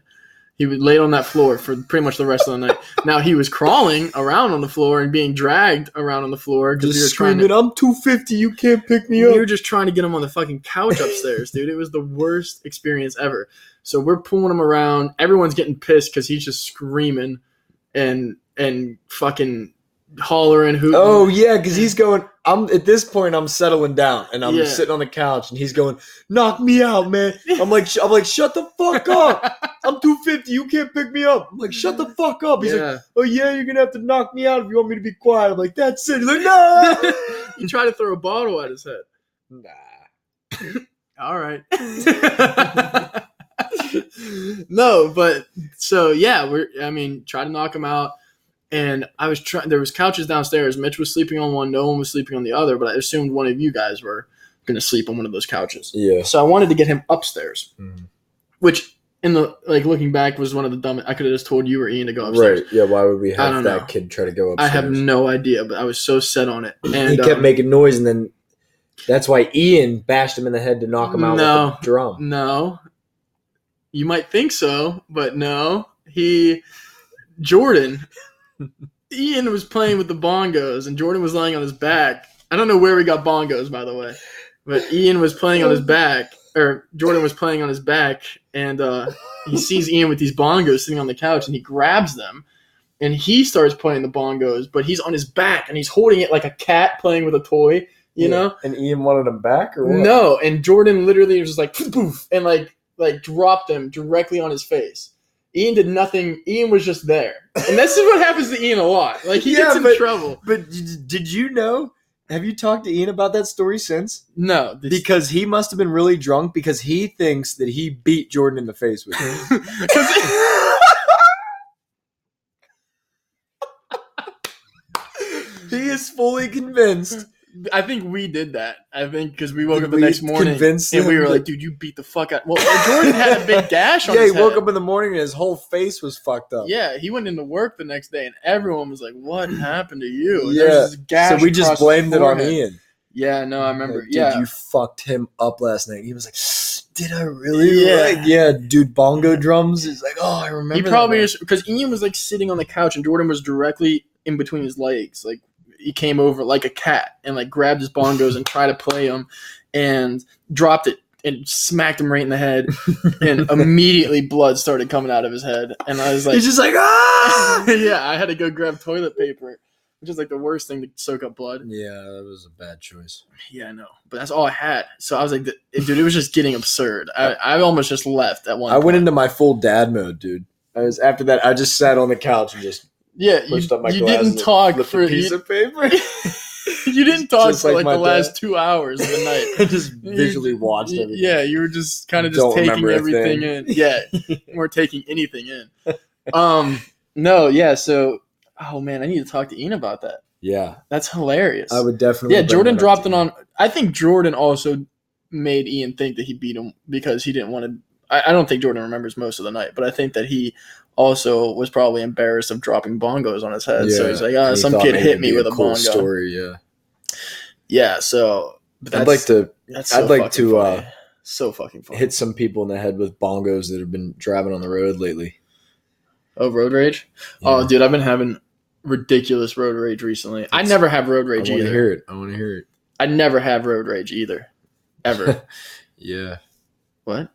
He was laid on that floor for pretty much the rest of the night. Now he was crawling around on the floor and being dragged around on the floor because we were
Just
trying
screaming,
to.
I'm two fifty. You can't pick me
We
up.
were just trying to get him on the fucking couch upstairs, dude. It was the worst experience ever. So we're pulling him around. Everyone's getting pissed because he's just screaming and and fucking hollering, hooting.
Oh yeah, because he's going. I'm at this point. I'm settling down, and I'm
Yeah.
sitting on the couch, and he's going, "Knock me out, man." I'm like, sh- I'm like, shut the fuck up.
[LAUGHS]
I'm 250. You can't pick me up. I'm like, shut the fuck up. He's like,
yeah.
oh yeah, you're gonna have to knock me out if you want me to be quiet. I'm like, that's it. He's like, no.
[LAUGHS] you try to throw a bottle at his head.
nah.
All
[LAUGHS]
right. no, but so yeah, we're. I mean, try to knock him out. And I was trying. There was couches downstairs. Mitch was sleeping on one. No one was sleeping on the other. But I assumed one of you guys were going to sleep on one of those couches.
Yeah.
So I wanted to get him upstairs, which in the like looking back was one of the dumbest. I could have just told you or Ian to go upstairs.
Yeah. Why would we
I don't know.
kid try to go
I have no idea, but I was so set on it. And
he kept
um,
making noise, and then that's why Ian bashed him in the head to knock him out
No.
with a drum.
No. You might think so, but no. He Jordan Ian was playing with the bongos and Jordan was lying on his back. I don't know where we got bongos by the way. But Ian was playing on his back or Jordan was playing on his back and uh he sees Ian with these bongos sitting on the couch and he grabs them and he starts playing the bongos, but he's on his back and he's holding it like a cat playing with a toy. you
Yeah.
know?
And Ian wanted him back or what?
No, and Jordan literally was just like poof, poof, and like like dropped him directly on his face. Ian did nothing. Ian was just there, and this is what happens to Ian a lot. Like he
Yeah,
gets in
but-
trouble.
But d- did you know? Have you talked to Ian about that story since?
No, this-
Because he must have been really drunk because he thinks that he beat Jordan in the face with
[LAUGHS]
it.
'Cause-
he is fully convinced.
I think we did that. I think because we woke
Did
up the
we
next morning
convince
and we
him
were
that-
like, "Dude, you beat the fuck out." Well, Jordan had a
[LAUGHS]
big gash on.
Yeah, he
his head.
woke up in the morning and his whole face was fucked up.
Yeah, he went into work the next day, and everyone was like, "What happened to you?" And
Yeah.
there was this gash
so we just
across his
blamed it on
forehead.
Ian.
Yeah, no, I remember.
Like, dude,
yeah,
you fucked him up last night. He was like, "Did I really?"
Yeah.
Like, yeah, dude. Bongo drums. He's like, "Oh, I remember."
he
that
probably
now."
just because Ian was like sitting on the couch, and Jordan was directly in between his legs. Like he came over like a cat and like grabbed his bongos and tried to play him, and dropped it and smacked him right in the
[LAUGHS]
head, and immediately blood started coming out of his head, and I was like, [LAUGHS]
[LAUGHS] He's just like, "Ah."
yeah, I had to go grab toilet paper, which is like the worst thing to soak up blood.
Yeah, that was a bad choice.
Yeah, I know. But that's all I had. So I was like, th- dude, it was just getting absurd. I, I almost just left at one
I went
point.
into my full dad mode, dude. I was after that. I just sat on the couch and just
Yeah, you,
pushed up my
you
glasses
didn't
and
talk
flipped
for
a piece
you, [LAUGHS]
of paper. [LAUGHS]
you didn't talk
just
for
like
like,
my
the last
dad.
two hours of
[LAUGHS]
the night.
I just
You-
visually watched
y-
everything.
Yeah, you were just kind of just
Don't
taking
remember a
everything in.
thing.
Yeah,
[LAUGHS]
we weren't taking anything in. Um, no, yeah. So, oh man, I need to talk to Ian about that.
yeah.
That's hilarious.
I would definitely.
Yeah,
bring
Jordan
that up
dropped
to
it
you.
on. I think Jordan also made Ian think that he beat him because he didn't want to. I, I don't think Jordan remembers most of the night, but I think that he also was probably embarrassed of dropping bongos on his head. so he's like,
and
oh,
he
some
thought
kid
maybe
hit
it'd
me
be
with a
cool
bongo.
Story, yeah.
Yeah, so. But that's,
I'd like to
That's
I'd like
fucking
to, uh,
funny. so fucking funny.
hit some people in the head with bongos that have been driving on the road lately.
oh, road rage.
Yeah.
Oh, dude, I've been having ridiculous road rage recently. I
It's-
never have road
I
rage
want to
either.
hear it. I want to hear it.
I never have road rage either, ever.
[LAUGHS] Yeah.
what?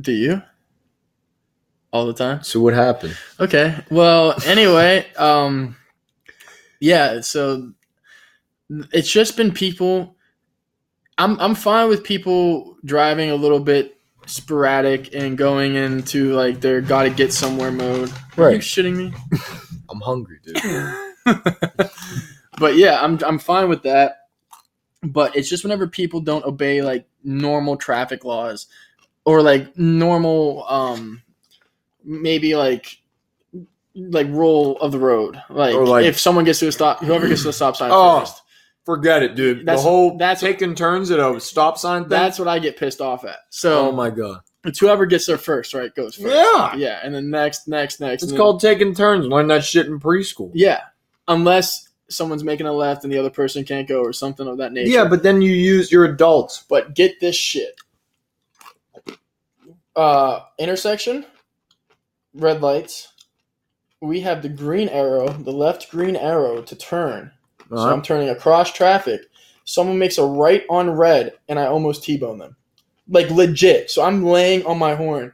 Do you? All the time.
So what happened?
Okay. Well,
[LAUGHS]
anyway, um yeah, so it's just been people I'm I'm fine with people driving a little bit sporadic and going into like their gotta get somewhere mode. Are you
Right.
shitting me?
I'm hungry, dude.
but yeah, I'm I'm fine with that. But it's just whenever people don't obey like normal traffic laws or like normal um maybe like like rule of the road. Like,
Or, like-
if someone gets to a stop whoever gets to a stop sign
Oh,
first.
Forget it, dude.
That's-
the whole
that's-
taking turns at a stop sign thing.
That's what I get pissed off at. So
oh my god.
it's whoever gets there first, right, goes first.
Yeah.
Yeah, and then next, next, next.
It's
and then-
called taking turns. Learn that shit in preschool.
Yeah. Unless someone's making a left and the other person can't go or something of that nature.
Yeah, but then you use your adults.
But get this shit. Uh, intersection, red lights. We have the green arrow, the left green arrow to turn.
Uh-huh.
So I'm turning across traffic. Someone makes a right on red, and I almost T-bone them. Like legit. So I'm laying on my horn.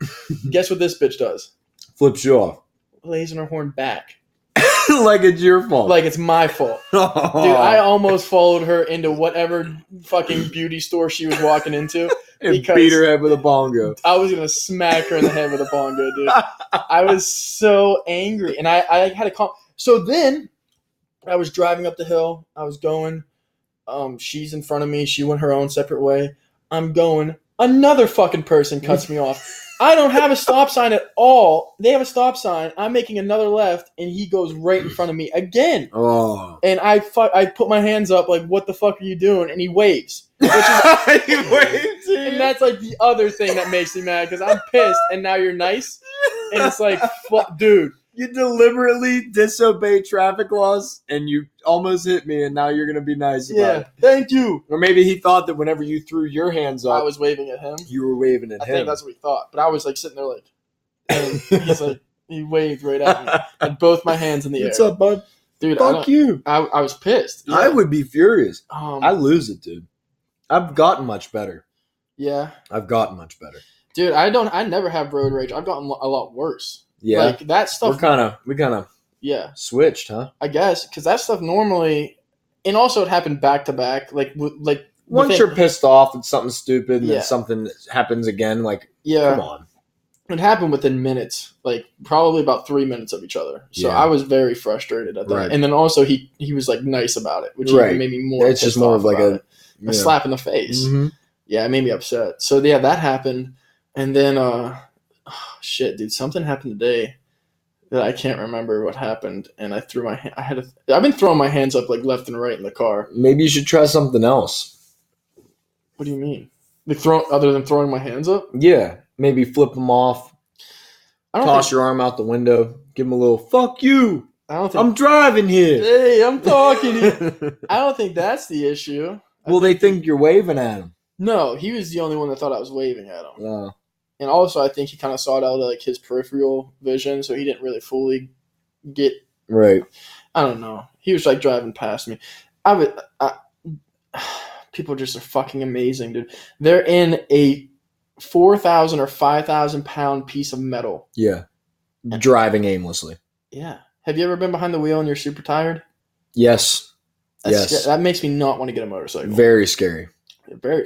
Guess what this bitch does?
Flips you off.
Lays on her horn back.
[LAUGHS] like it's your fault.
Like it's my fault.
[LAUGHS]
Dude, I almost followed her into whatever fucking beauty store she was walking into.
And
because-
beat her head with a bongo.
I was gonna smack her in the head with a bongo, dude. I was so angry, and I, I had a calm. So then, I was driving up the hill. I was going. Um, she's in front of me. She went her own separate way. I'm going. Another fucking person cuts me off. I don't have a stop sign at all. They have a stop sign. I'm making another left, and he goes right in front of me again.
Oh.
And I fu- I put my hands up like, "What the fuck are you doing?" And he waves.
Which [LAUGHS] is
[LAUGHS] And that's like the other thing that makes me mad because I'm pissed, and now you're nice, and it's like, fu- dude,
you deliberately disobey traffic laws and you almost hit me and now you're gonna be nice about
yeah,
it.
thank you.
Or maybe he thought that whenever you threw your hands
I
up,
was waving at him.
you were waving at
I
him.
think that's what he thought, but I was like sitting there like,
[LAUGHS]
and he's like, he waved right at me, and both my hands in the
What's
air,
up, bud?
dude. I,
Fuck
don't-
you.
I I was pissed. Yeah.
I would be furious.
Um,
I lose it, dude. I've gotten much better.
yeah,
I've gotten much better.
dude. I don't. I never have road rage. I've gotten a lot worse.
Yeah.
like that
we're
stuff.
kind of we kind of
yeah,
switched, huh?
I guess because that stuff normally and also it happened back to back. Like w- like
Once
within-
you're pissed off at something stupid and
Yeah.
then something that happens again, like
yeah,
come on.
it happened within minutes, like probably about three minutes of each other. So
Yeah.
I was very frustrated at that.
Right.
And then also he he was like nice about it, which even
Right.
made me more.
It's just
pissed
more
off
of like
about
a-
it. a slap in the face.
Mhm.
Yeah, it made me upset. So yeah, that happened, and then uh, [SIGHS] shit, dude, something happened today that I can't remember what happened, and I threw my ha- I had a, I've been throwing my hands up like left and right in the car.
Maybe you should try something else.
What do you mean? Like throw other than throwing my hands up?
Yeah, maybe flip them off,
I don't
toss
think.
your arm out the window, give them a little "fuck you."
I don't think.
I'm driving [LAUGHS] here.
hey, I'm talking.
[LAUGHS]
to you. [LAUGHS] I don't think that's the issue.
well, they think you're waving at them.
No, he was the only one that thought I was waving at him.
Uh,
And also, I think he kind of sought out like his peripheral vision, so he didn't really fully get
right.
I don't know. He was like driving past me. I would. I, [SIGHS] people just are fucking amazing, dude. They're in a four thousand or five thousand pound piece of metal.
Yeah. Driving aimlessly.
Yeah. Have you ever been behind the wheel and you're super tired?
Yes.
That's,
Yes.
That makes me not want to get a motorcycle. Very,
Very scary.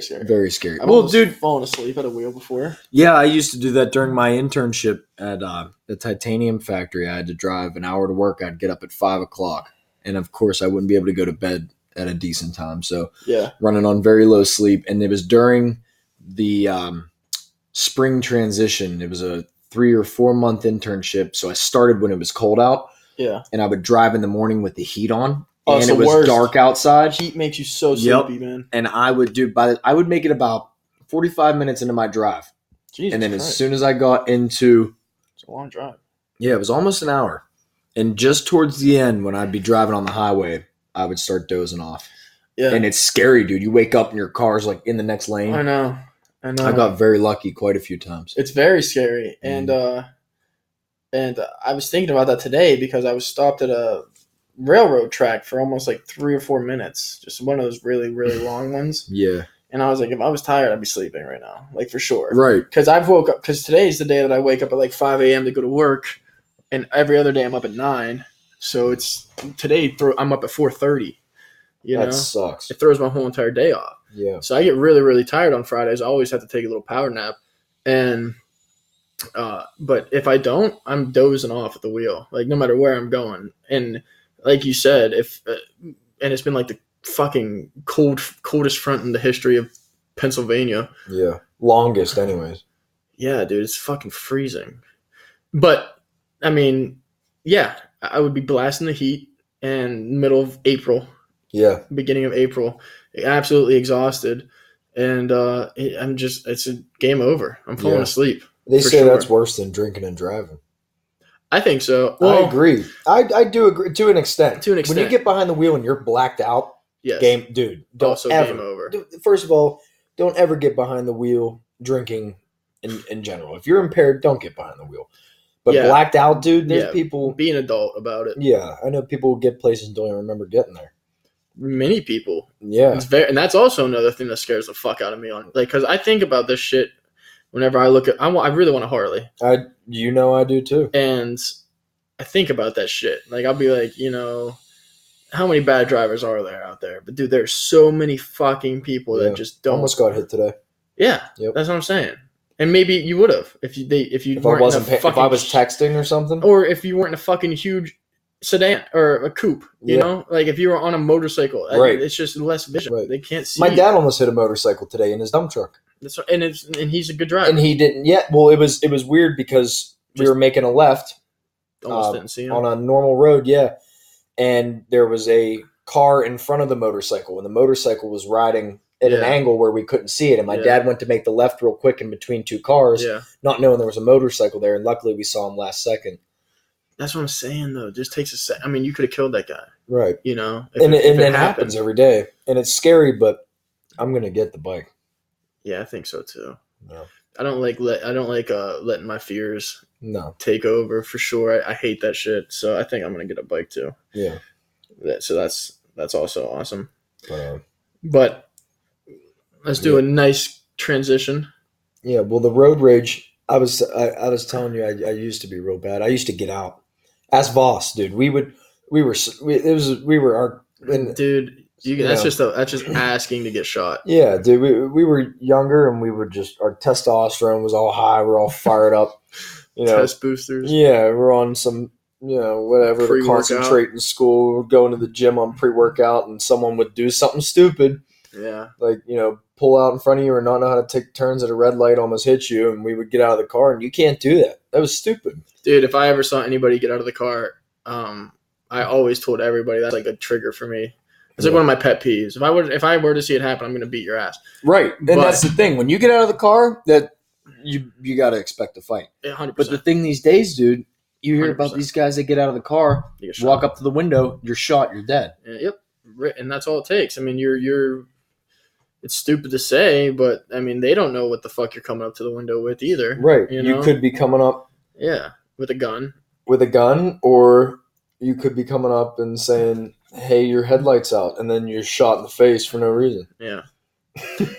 scary.
Very scary.
I've
well,
almost
dude.
fallen asleep at a wheel before.
Yeah, I used to do that during my internship at uh, the titanium factory. I had to drive an hour to work. I'd get up at five o'clock, and of course, I wouldn't be able to go to bed at a decent time. So
Yeah.
running on very low sleep, and it was during the um, spring transition. It was a three or four month internship. So I started when it was cold out,
Yeah.
and I would drive in the morning with the heat on,
Oh, it's
and it
the
was
worst.
dark outside.
Heat makes you so
Yep.
sleepy, man.
and I would do by the, I would make it about 45 minutes into my drive.
Jesus
and then
Christ.
as soon as I got into
it's a long drive.
yeah, it was almost an hour. And just towards the end when I'd be driving on the highway, I would start dozing off.
Yeah.
And it's scary, dude. You wake up and your car's like in the next lane.
I
I,
know. I know.
got Mm-hmm. very lucky quite a few times.
It's very scary, and uh, and uh, I was thinking about that today because I was stopped at a railroad track for almost like three or four minutes, just one of those really
[LAUGHS]
really long ones.
Yeah.
And I was like, if I was tired, I'd be sleeping right now, like for sure.
Right.
Because I've woke up because today's the day that I wake up at like five a.m. to go to work, and every other day I'm up at nine. So it's today. Throw, I'm up at four thirty. You
that
know,
sucks.
it throws my whole entire day off.
Yeah.
So I get really, really tired on Fridays. I always have to take a little power nap. And uh but if I don't, I'm dozing off at the wheel. Like no matter where I'm going. And like you said, if uh, and it's been like the fucking cold coldest front in the history of Pennsylvania.
Yeah. Longest anyways.
Yeah, dude, it's fucking freezing. But I mean, yeah, I I would be blasting the heat and middle of April
Yeah.
beginning of April, absolutely exhausted, and uh, it- I'm just it's a game over. I'm falling
Yeah.
asleep.
They
For
say
sure.
that's worse than drinking and driving.
I think so. Well,
I agree. I, I do agree to an extent.
To an
When
extent.
you get behind the wheel and you're blacked out,
Yes.
game dude, don't
also
ever
game over.
Dude, First of all, don't ever get behind the wheel drinking in, in general. If you're impaired, don't get behind the wheel. But
Yeah.
blacked out, dude, there's
Yeah.
people.
Be an adult about it.
Yeah, I know people who get places and don't even remember getting there.
Many people.
Yeah.
It's very, and that's also another thing that scares the fuck out of me. On like, cause I think about this shit whenever I look at. I want. I really want a Harley,
I, you know, I do too.
and I think about that shit. Like, I'll be like, you know. How many bad drivers are there out there? But dude, there's so many fucking people
Yeah.
that just don't
Almost got hit today.
Yeah,
Yep.
that's what I'm saying. And maybe you would have if you they, if you
If
weren't
I wasn't,
in a
pa-
fucking, Oh,
if I was texting or something.
or if you weren't in a fucking huge sedan or a coupe, you
Yeah.
know, like if you were on a motorcycle, I-
Right.
It's just less vision.
Right.
They can't see.
My dad almost hit a motorcycle today in his dump truck,
That's, and it's and he's a good driver.
and he didn't yet. Well, it was it was weird because we
Just-
were making a left
Almost
uh,
didn't see him.
on a normal road, yeah. And there was a car in front of the motorcycle, and the motorcycle was riding at an
Yeah.
angle where we couldn't see it. And my
Yeah.
dad went to make the left real quick in between two cars,
yeah,
not knowing there was a motorcycle there. And luckily, we saw him last second.
that's what I'm saying though. It just takes a sec. I mean, you could have killed that guy.
Right.
You know, if
And
it-
it,
if
and
it
it
happened.
happens every day, and it's scary, but I'm gonna get the bike.
Yeah, I think so too.
No,
I don't like let I don't like uh letting my fears
no,
take over for sure. I, I hate that shit. So I think I'm gonna get a bike too.
yeah.
That, so that's that's also awesome.
But, uh,
But let's do a nice transition.
Yeah, well, the road rage. I was I, I was telling you, I, I used to be real bad. I used to get out. As boss, dude, we would we were s- we, it was we were our and
Dude, You, that's
know.
just a, that's just asking to get shot.
Yeah, dude, we, we were younger and we were just our testosterone was all high. We're all fired up, [LAUGHS] you know.
Test boosters.
Yeah, we're on some you know whatever to
Pre-workout.
concentrate in school. We're going to the gym on pre workout, and someone would do something stupid
Yeah.
like you know pull out in front of you or not know how to take turns at a red light, almost hit you, and we would get out of the car, and you can't do that. That was stupid.
Dude, if I ever saw anybody get out of the car, um, I always told everybody that's like a trigger for me. It's like
Yeah.
one of my pet peeves. If I were if I were to see it happen, I'm gonna beat your ass.
Right, and
But-
that's the thing. When you get out of the car, that you you got to expect a fight.
hundred
But the
percent.
thing these days, dude, you hear about
100%.
these guys that get out of the car, walk up to the window, you're shot, you're dead.
Yep. Ri- And that's all it takes. I mean, you're you're. It's stupid to say, but I mean, they don't know what the fuck you're coming up to the window with either.
Right,
You
you,
know?
could be coming up
Yeah, with a gun.
with a gun, or you could be coming up and saying, "Hey, your headlights out," and then you're shot in the face for no reason.
Yeah.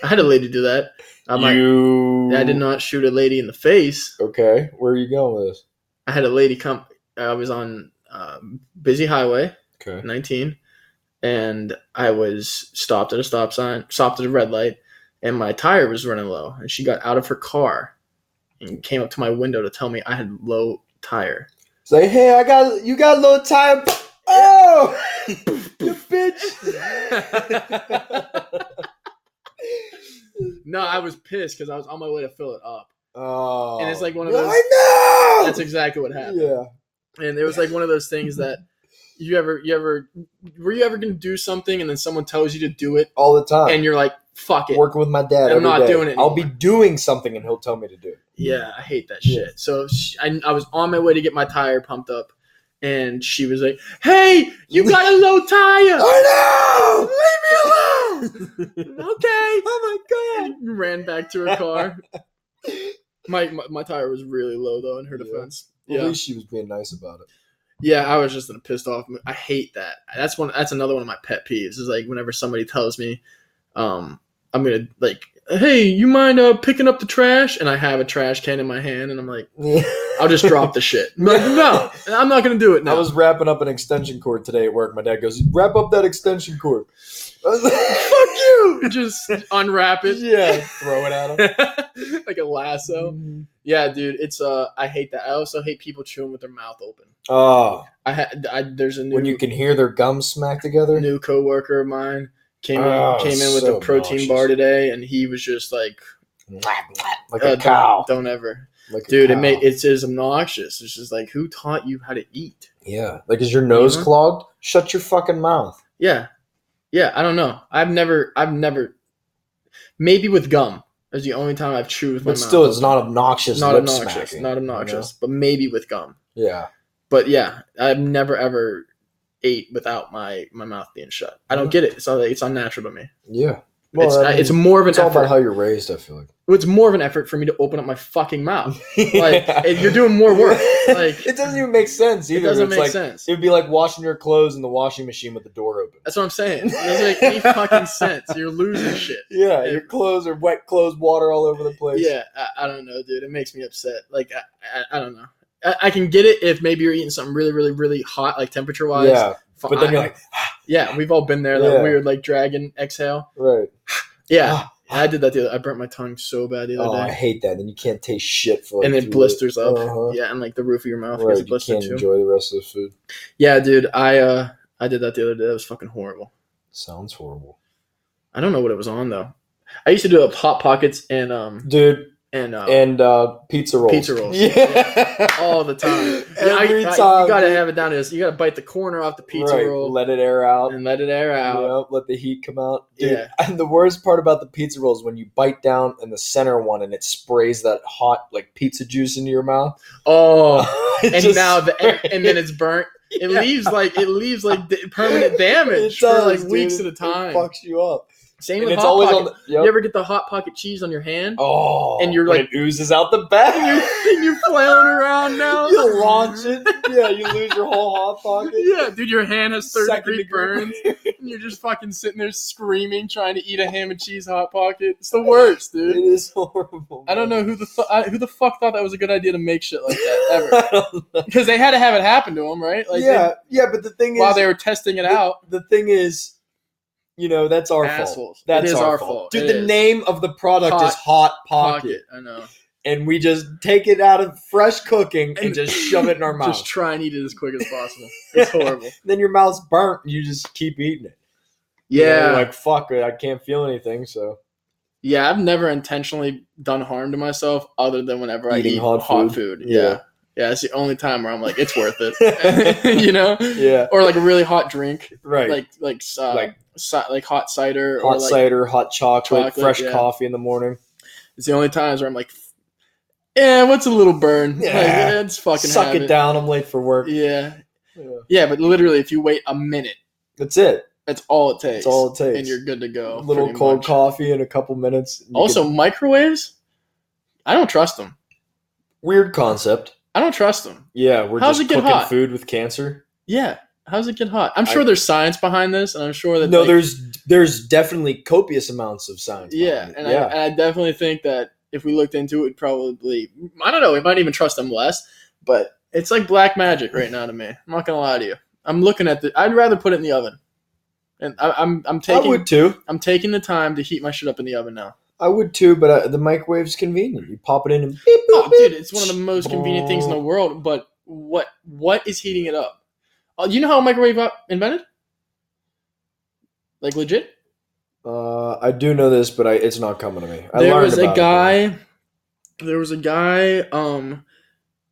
I had a lady do that. I'm
you,
like, I did not shoot a lady in the face.
Okay, where are you going with this?
I had a lady come. I was on uh, busy highway
Okay,
19, and I was stopped at a stop sign, stopped at a red light, and my tire was running low. And she got out of her car and came up to my window to tell me I had low tire. [LAUGHS]
say, "Hey, I got you got a little time." Oh, [LAUGHS] you
[LAUGHS]
bitch!
No, I was pissed because I was on my way to fill it up.
oh,
And it's like one of
I
those-
know.
That's exactly what happened.
yeah.
And it was like one of those things that you ever, you ever, were you ever gonna do something and then someone tells you to do it
all the time.
and you're like, fuck it.
working with my dad.
I'm
every
not
day.
doing it
I'll be
anymore.
doing something, and he'll tell me to do it.
Yeah, I hate that
Yeah.
shit. So she, I, I was on my way to get my tire pumped up, and she was like, "Hey,
[LAUGHS]
you got a low tire."
I know. Leave me
okay.
alone. [LAUGHS] oh my
And ran back to her
[LAUGHS]
car. My, my my tire was really low though. In her
Yeah.
defense,
At
yeah,
least she was being nice about [LAUGHS] it.
yeah, I was just in a pissed off. mood. I hate that. That's one. That's another one of my pet peeves. Is like whenever somebody tells me, um, I'm gonna like, hey, you mind uh picking up the trash? And I have a trash can in my hand, and I'm like, I'll just drop the shit. I'm like,
[LAUGHS]
no, I'm not gonna do it.
I
Now.
was wrapping up an extension cord today at work. My dad goes, "Wrap up that extension cord." [LAUGHS] I was
[LAUGHS] fuck you just unwrap
like,
it
yeah, throw it at him.
[LAUGHS] like a lasso
Mm-hmm.
yeah dude it's uh i hate that i also hate people chewing with their mouth open
Oh,
i had I, there's a new
when you can hear their gums smack together.
new coworker of mine came
Oh,
in, came in with
so
a protein
nauseous.
bar today and he was just like
like
uh,
a
don't-
cow,
don't, ever
like a
dude it
cow.
made it's just obnoxious it's just like who taught you how to eat
yeah. Like, is your nose
Mhm.
clogged? Shut your fucking mouth.
yeah yeah i don't know i've never i've never maybe with gum is the only time i've chewed with my
But
mouth
still, it's
open.
not obnoxious.
not
lip
obnoxious,
smacking,
not
you know?
obnoxious, but maybe with gum.
Yeah.
But yeah, I've never ever ate without my my mouth being shut. I don't
Yeah.
get it. It's not, it's unnatural to me.
Yeah.
it's,
Well, I mean,
it's more of an
it's all about
effort.
how you're raised, I feel like.
it's more of an effort for me to open up my fucking
[LAUGHS]
mouth. Like it- you're doing more work. Like
it doesn't [LAUGHS] even make sense
it
either.
doesn't
It's
make
like-
sense.
It would be like washing your clothes in the washing machine with the door open.
That's what I'm
[LAUGHS]
saying. It doesn't make any fucking sense. You're losing shit.
Yeah, your clothes are wet clothes, water all over the place.
Yeah, I, I don't know, dude. It makes me upset. Like I, I, I don't know. I, I can get it if maybe you're eating something really, really, really hot, like temperature wise.
Yeah. But then you're like,
Yeah, we've all been there. That
Yeah.
weird like dragon exhale.
right.
Yeah, I did that the other. I burnt my tongue so bad the other
Oh, I
day,
hate that. Then you can't taste shit for like
and
three
it
days.
blisters up.
Uh-huh.
Yeah, and like the roof of your mouth
Right,
gets
you
blistered
can't
too.
enjoy the rest of the food.
yeah, dude, I uh, I did that the other day. That was fucking horrible.
Sounds horrible.
I don't know what it was on though. I used to do up hot pockets and um
Dude,
and uh,
and uh, pizza rolls.
Pizza rolls.
[LAUGHS] Yeah.
all the
[LAUGHS]
time. Yeah, I-
Every
I-
time,
you gotta
dude.
have it down to this. You gotta bite the corner off the pizza
Right,
roll
Let it air out.
and let it air out.
Yep, let the heat come out. Dude,
Yeah.
[LAUGHS] And the worst part about the pizza roll is when you bite down in the center one and it sprays that hot like pizza juice into your mouth. [LAUGHS]
Oh,
It
and
just
now the, and,
sprays.
and then it's burnt. It
Yeah.
leaves like it leaves like
[LAUGHS]
d- permanent damage
It
for
does,
like
dude.
weeks at a
It
time.
fucks you up.
Same
And
with
it's
hot
always
pocket.
on the yep.
You ever get the hot pocket cheese on your hand?
Oh,
and you're
when
like-
it oozes out the back.
And [LAUGHS] you and you're flailing around now.
[LAUGHS] you launch it. Yeah, you lose your whole hot pocket.
[LAUGHS] Yeah, dude, your hand has third
Second
degree,
[LAUGHS]
burns, and you're just fucking sitting there screaming, trying to eat a ham and cheese hot pocket. It's the worst,
It
dude.
is horrible.
I don't know who the fu- I, who the fuck thought that was a good idea to make shit like that ever,
[LAUGHS] I don't know.
because they had to have it happen to them, right? Like,
yeah, yeah, but the
they-
thing
while
is,
they were testing it
the-
out,
the thing is, you know, that's our fault.
Assholes. It
That's
is
our,
our
fault.
fault.
Dude,
It
the
is.
name of the product
Hot
is Hot Pocket,
Pocket. I know.
and we just take it out of fresh cooking and,
And-
just shove it in our
[LAUGHS]
mouth.
Just try and eat it as quick as
[LAUGHS]
possible. It's horrible.
then your mouth's burnt, and you just keep eating it. You know,
Yeah.
you're like fuck it, I can't feel anything. So
Yeah, I've never intentionally done harm to myself other than whenever I
Eating
eat
hot
hot,
food.
food.
Yeah.
Yeah. Yeah, it's the only time where I'm like, it's worth
[LAUGHS]
it. [LAUGHS] you know?
yeah,
Or like a really hot drink.
right.
Like like uh,
Like-
like, like hot cider or
hot
like
cider, hot chocolate,
Chocolate,
fresh
yeah.
coffee in the morning.
it's the only times where I'm like Yeah, what's a little burn?
Yeah.
Like, eh, it's fucking
Suck
have
it, down. I'm late for work.
Yeah.
Yeah.
Yeah, but literally if you wait a minute,
That's it.
that's all it takes.
That's all it takes.
And you're good to go.
little
pretty
cold
much.
coffee in a couple minutes. You
Also,
get-
microwaves? I don't trust them.
weird concept.
I don't trust them.
Yeah, we're
How's
just
it get
cooking
hot?
food with cancer.
Yeah. How does it get hot? I'm
I-
sure there's science behind this, and I'm sure that
No,
like-
there's there's definitely copious amounts of science.
yeah,
behind it.
and, I, and I definitely think that if we looked into it, we'd probably I don't know, we might even trust them less, but it's like black magic right now to me. I'm not gonna lie to you. I'm looking at the. I'd rather put it in the oven, and I, I'm I'm
I,
taking
would too.
I'm taking the time to heat my shit up in the oven now.
I would too, but uh the microwave's convenient. You pop it in and beep,
Oh,
boop,
dude,
beep.
it's one of the most convenient things in the world. But what what is heating it up? Oh, you know how a microwave got invented? Like legit?
Uh, I do know this, but I, it's not coming to me. I
there
learned
was a
about it.
guy there was a guy um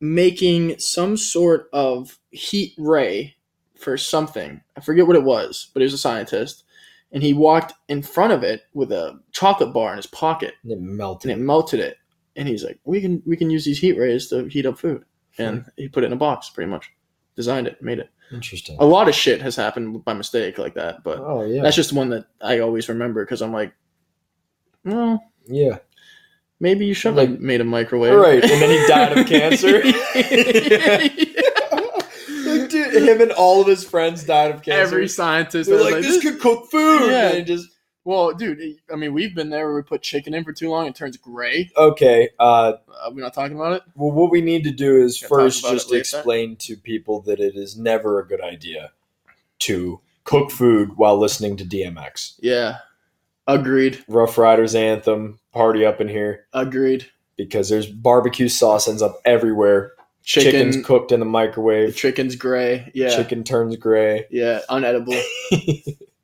making some sort of heat ray for something i forget what it was but he was a scientist and he walked in front of it with a chocolate bar in his pocket
and it melted.
and it melted it and he's like we can we can use these heat rays to heat up food and he put it in a box pretty much designed it made it
Interesting.
a lot of shit has happened by mistake like that but
Oh yeah,
that's just one Oh, that i always remember because i'm like well [LAUGHS]
yeah.
Maybe you shouldn't
Like-
have made a microwave.
Right, and
[LAUGHS]
then he died of cancer.
Yeah.
Dude, him and all of his friends died of cancer.
Every scientist
They're
was
like, this could cook food.
Yeah.
And it just
well, dude, I mean, we've been there where we put chicken in for too long, it turns gray.
okay. Uh,
Uh, we're not talking about it.
well, what we need to do is
Gonna talk
first
about it
just
later?
explain to people that it is never a good idea to cook food while listening to DMX,
Yeah. Agreed.
Rough Riders anthem, party up in here
Agreed.
because there's barbecue sauce ends up everywhere.
Chicken.
Chicken's cooked in the microwave.
chicken's gray. Yeah.
Chicken turns gray.
Yeah. [LAUGHS] Unedible.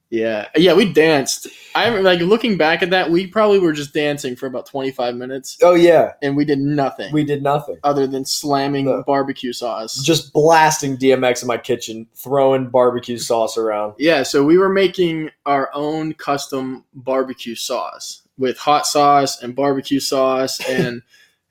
yeah. Yeah. We danced. I remember, like looking back at that. We probably were just dancing for about twenty five minutes,
Oh yeah,
and we did nothing
we did nothing.
other than slamming
No.
barbecue sauce.
Just blasting DMX in my kitchen, throwing barbecue sauce around.
Yeah, so we were making our own custom barbecue sauce with hot sauce and barbecue
[LAUGHS]
sauce and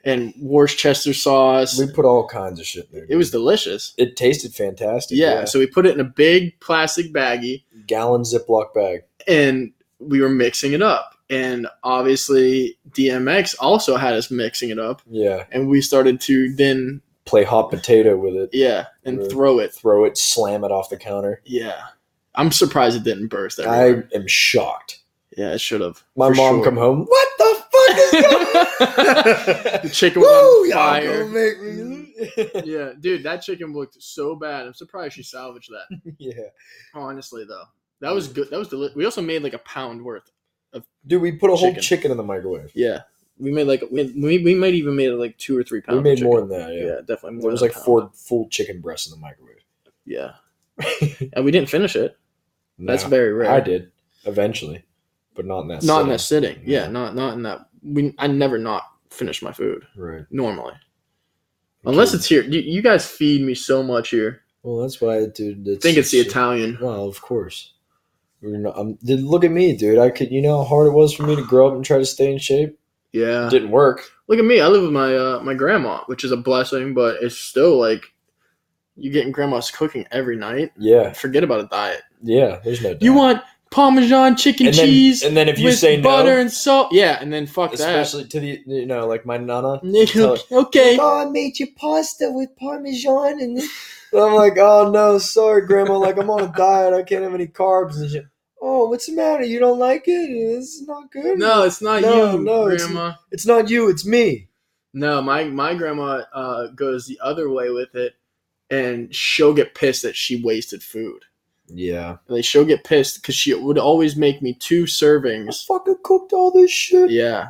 and Worcester sauce.
We put all kinds of shit in there.
It was delicious.
It tasted fantastic.
Yeah, so we put it in a big plastic baggie
gallon Ziploc bag.
and we were mixing it up. And obviously DMX also had us mixing it up
Yeah.
and we started to then
Play hot potato with it.
yeah, and
Right.
throw it.
Throw it, slam it off the counter.
Yeah. I'm surprised it didn't burst everywhere.
I am shocked.
yeah, it should have.
My
For
mom
sure.
come home. What the
[LAUGHS]
fuck is
The
going
chicken was
Woo,
on
y'all
fire.
gonna make me. [LAUGHS]
yeah, dude, that chicken looked so bad. I'm surprised she salvaged that.
yeah.
Honestly, though, that was good. That was delicious. We also made like a pound worth.
Dude, we put a whole
Chicken.
chicken in the microwave.
Yeah, we made like we we, we might even made like two or three pounds.
we
of
made more
Oh, chicken.
than that, yeah.
definitely. More
There was
than a
like
pound.
four full chicken breasts in the microwave. [LAUGHS]
Yeah, and we didn't finish it. That's
Nah,
very rare.
I did eventually, but not in that.
Not in
setting.
that sitting. Yeah,
Yeah.
not not in that. We I never not finish my food
Right.
normally, unless it's here. You, you guys feed me so much here.
Well, that's why, dude.
I think it's the Italian.
Well, of course. We're not, I'm, dude, look at me, dude. I could, you know, how hard it was for me to grow up and try to stay in shape.
Yeah.
Didn't work.
Look at me. I live with my uh, my grandma, which is a blessing, but it's still like you getting grandma's cooking every night.
Yeah,
Forget about a diet.
yeah. There's no. Doubt.
You want Parmesan chicken
and
cheese
then, and then if you
with
say
butter
no,
and salt. Yeah, and then fuck
especially to the, you know, like my nana.
that. okay.
Oh, I made you pasta with parmesan, and this- and I'm like, oh no, sorry, grandma. Like I'm on a diet. I can't have any carbs and shit. Oh, what's the matter? You don't like it? It's not good.
No, it's not
No,
you,
no, it's-
grandma.
it's not you. It's me.
No, my my grandma uh, goes the other way with it, and she'll get pissed that she wasted food.
Yeah.
Like she'll get pissed because she would always make me two servings.
fucking cooked all this shit.
Yeah,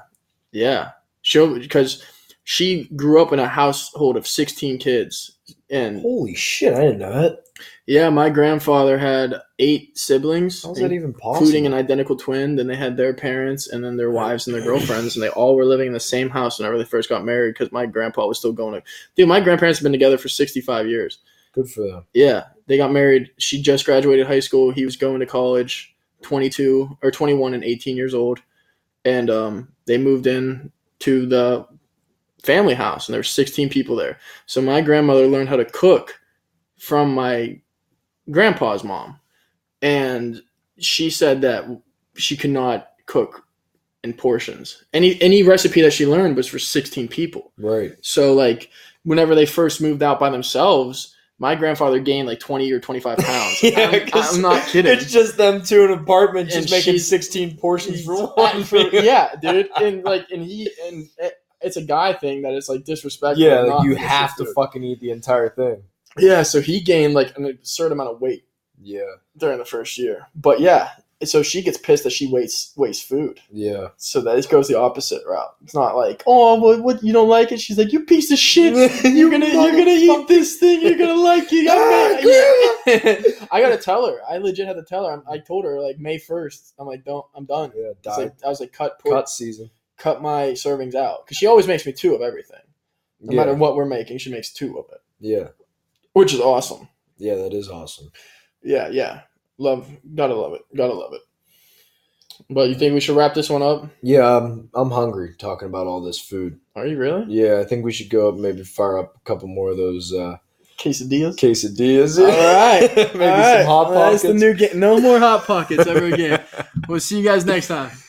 yeah. She'll because she grew up in a household of sixteen kids, and
Holy shit, I didn't know that.
yeah, my grandfather had eight siblings,
How's that even possible?
including an identical twin. Then they had their parents, and then their wives and their girlfriends, and they all were living in the same house whenever they first got married. Because my grandpa was still going to, dude. My grandparents have been together for sixty-five years.
Good for them.
Yeah, they got married. She just graduated high school. He was going to college, 22 or 21 and 18 years old. And um, they moved in to the family house, and there were 16 people there. So my grandmother learned how to cook from my grandpa's mom. And she said that she could not cook in portions. Any any recipe that she learned was for 16 people.
Right.
So like whenever they first moved out by themselves, my grandfather gained like twenty or twenty five
[LAUGHS]
pounds. I'm,
'cause
I'm not kidding.
It's just them two in an apartment
And
just making
she's-
16 portions for one. [LAUGHS]
And for- [LAUGHS]
meal.
yeah, dude, and like, and he, and it- it's a guy thing that it's like disrespectful.
Yeah,
not
like you
to
have to
do it.
fucking eat the entire thing.
Yeah, so he gained like an absurd amount of weight
Yeah.
during the first year. But yeah, so she gets pissed that she wastes wastes food.
[LAUGHS] Yeah.
So that it goes the opposite route. It's not like, oh, what, what you don't like it? She's like, you piece of
[LAUGHS]
shit. You're gonna you're gonna eat this thing. You're gonna like it. I'm gonna,
Ah,
I gotta tell her. I legit had to tell her. I'm, I told her like May first. I'm like, don't. I'm done.
Yeah,
It's
diet
like, I was like, cut, pork,
cut
cut,
season.
my servings out because she always makes me two of everything. No
Yeah.
matter what we're making, she makes two of it,
yeah.
which is awesome.
Yeah, that is awesome.
Yeah, yeah. Love, gotta love it, gotta love it. But you think we should wrap this one up?
Yeah, I'm, I'm hungry talking about all this food.
Are you really?
Yeah, I think we should go up and maybe fire up a couple more of those uh,
Quesadillas.
quesadillas.
All right.
[LAUGHS] maybe
All right.
some hot
Well, That's
pockets. [LAUGHS]
the new game. No more hot pockets ever again. we'll see you guys next time.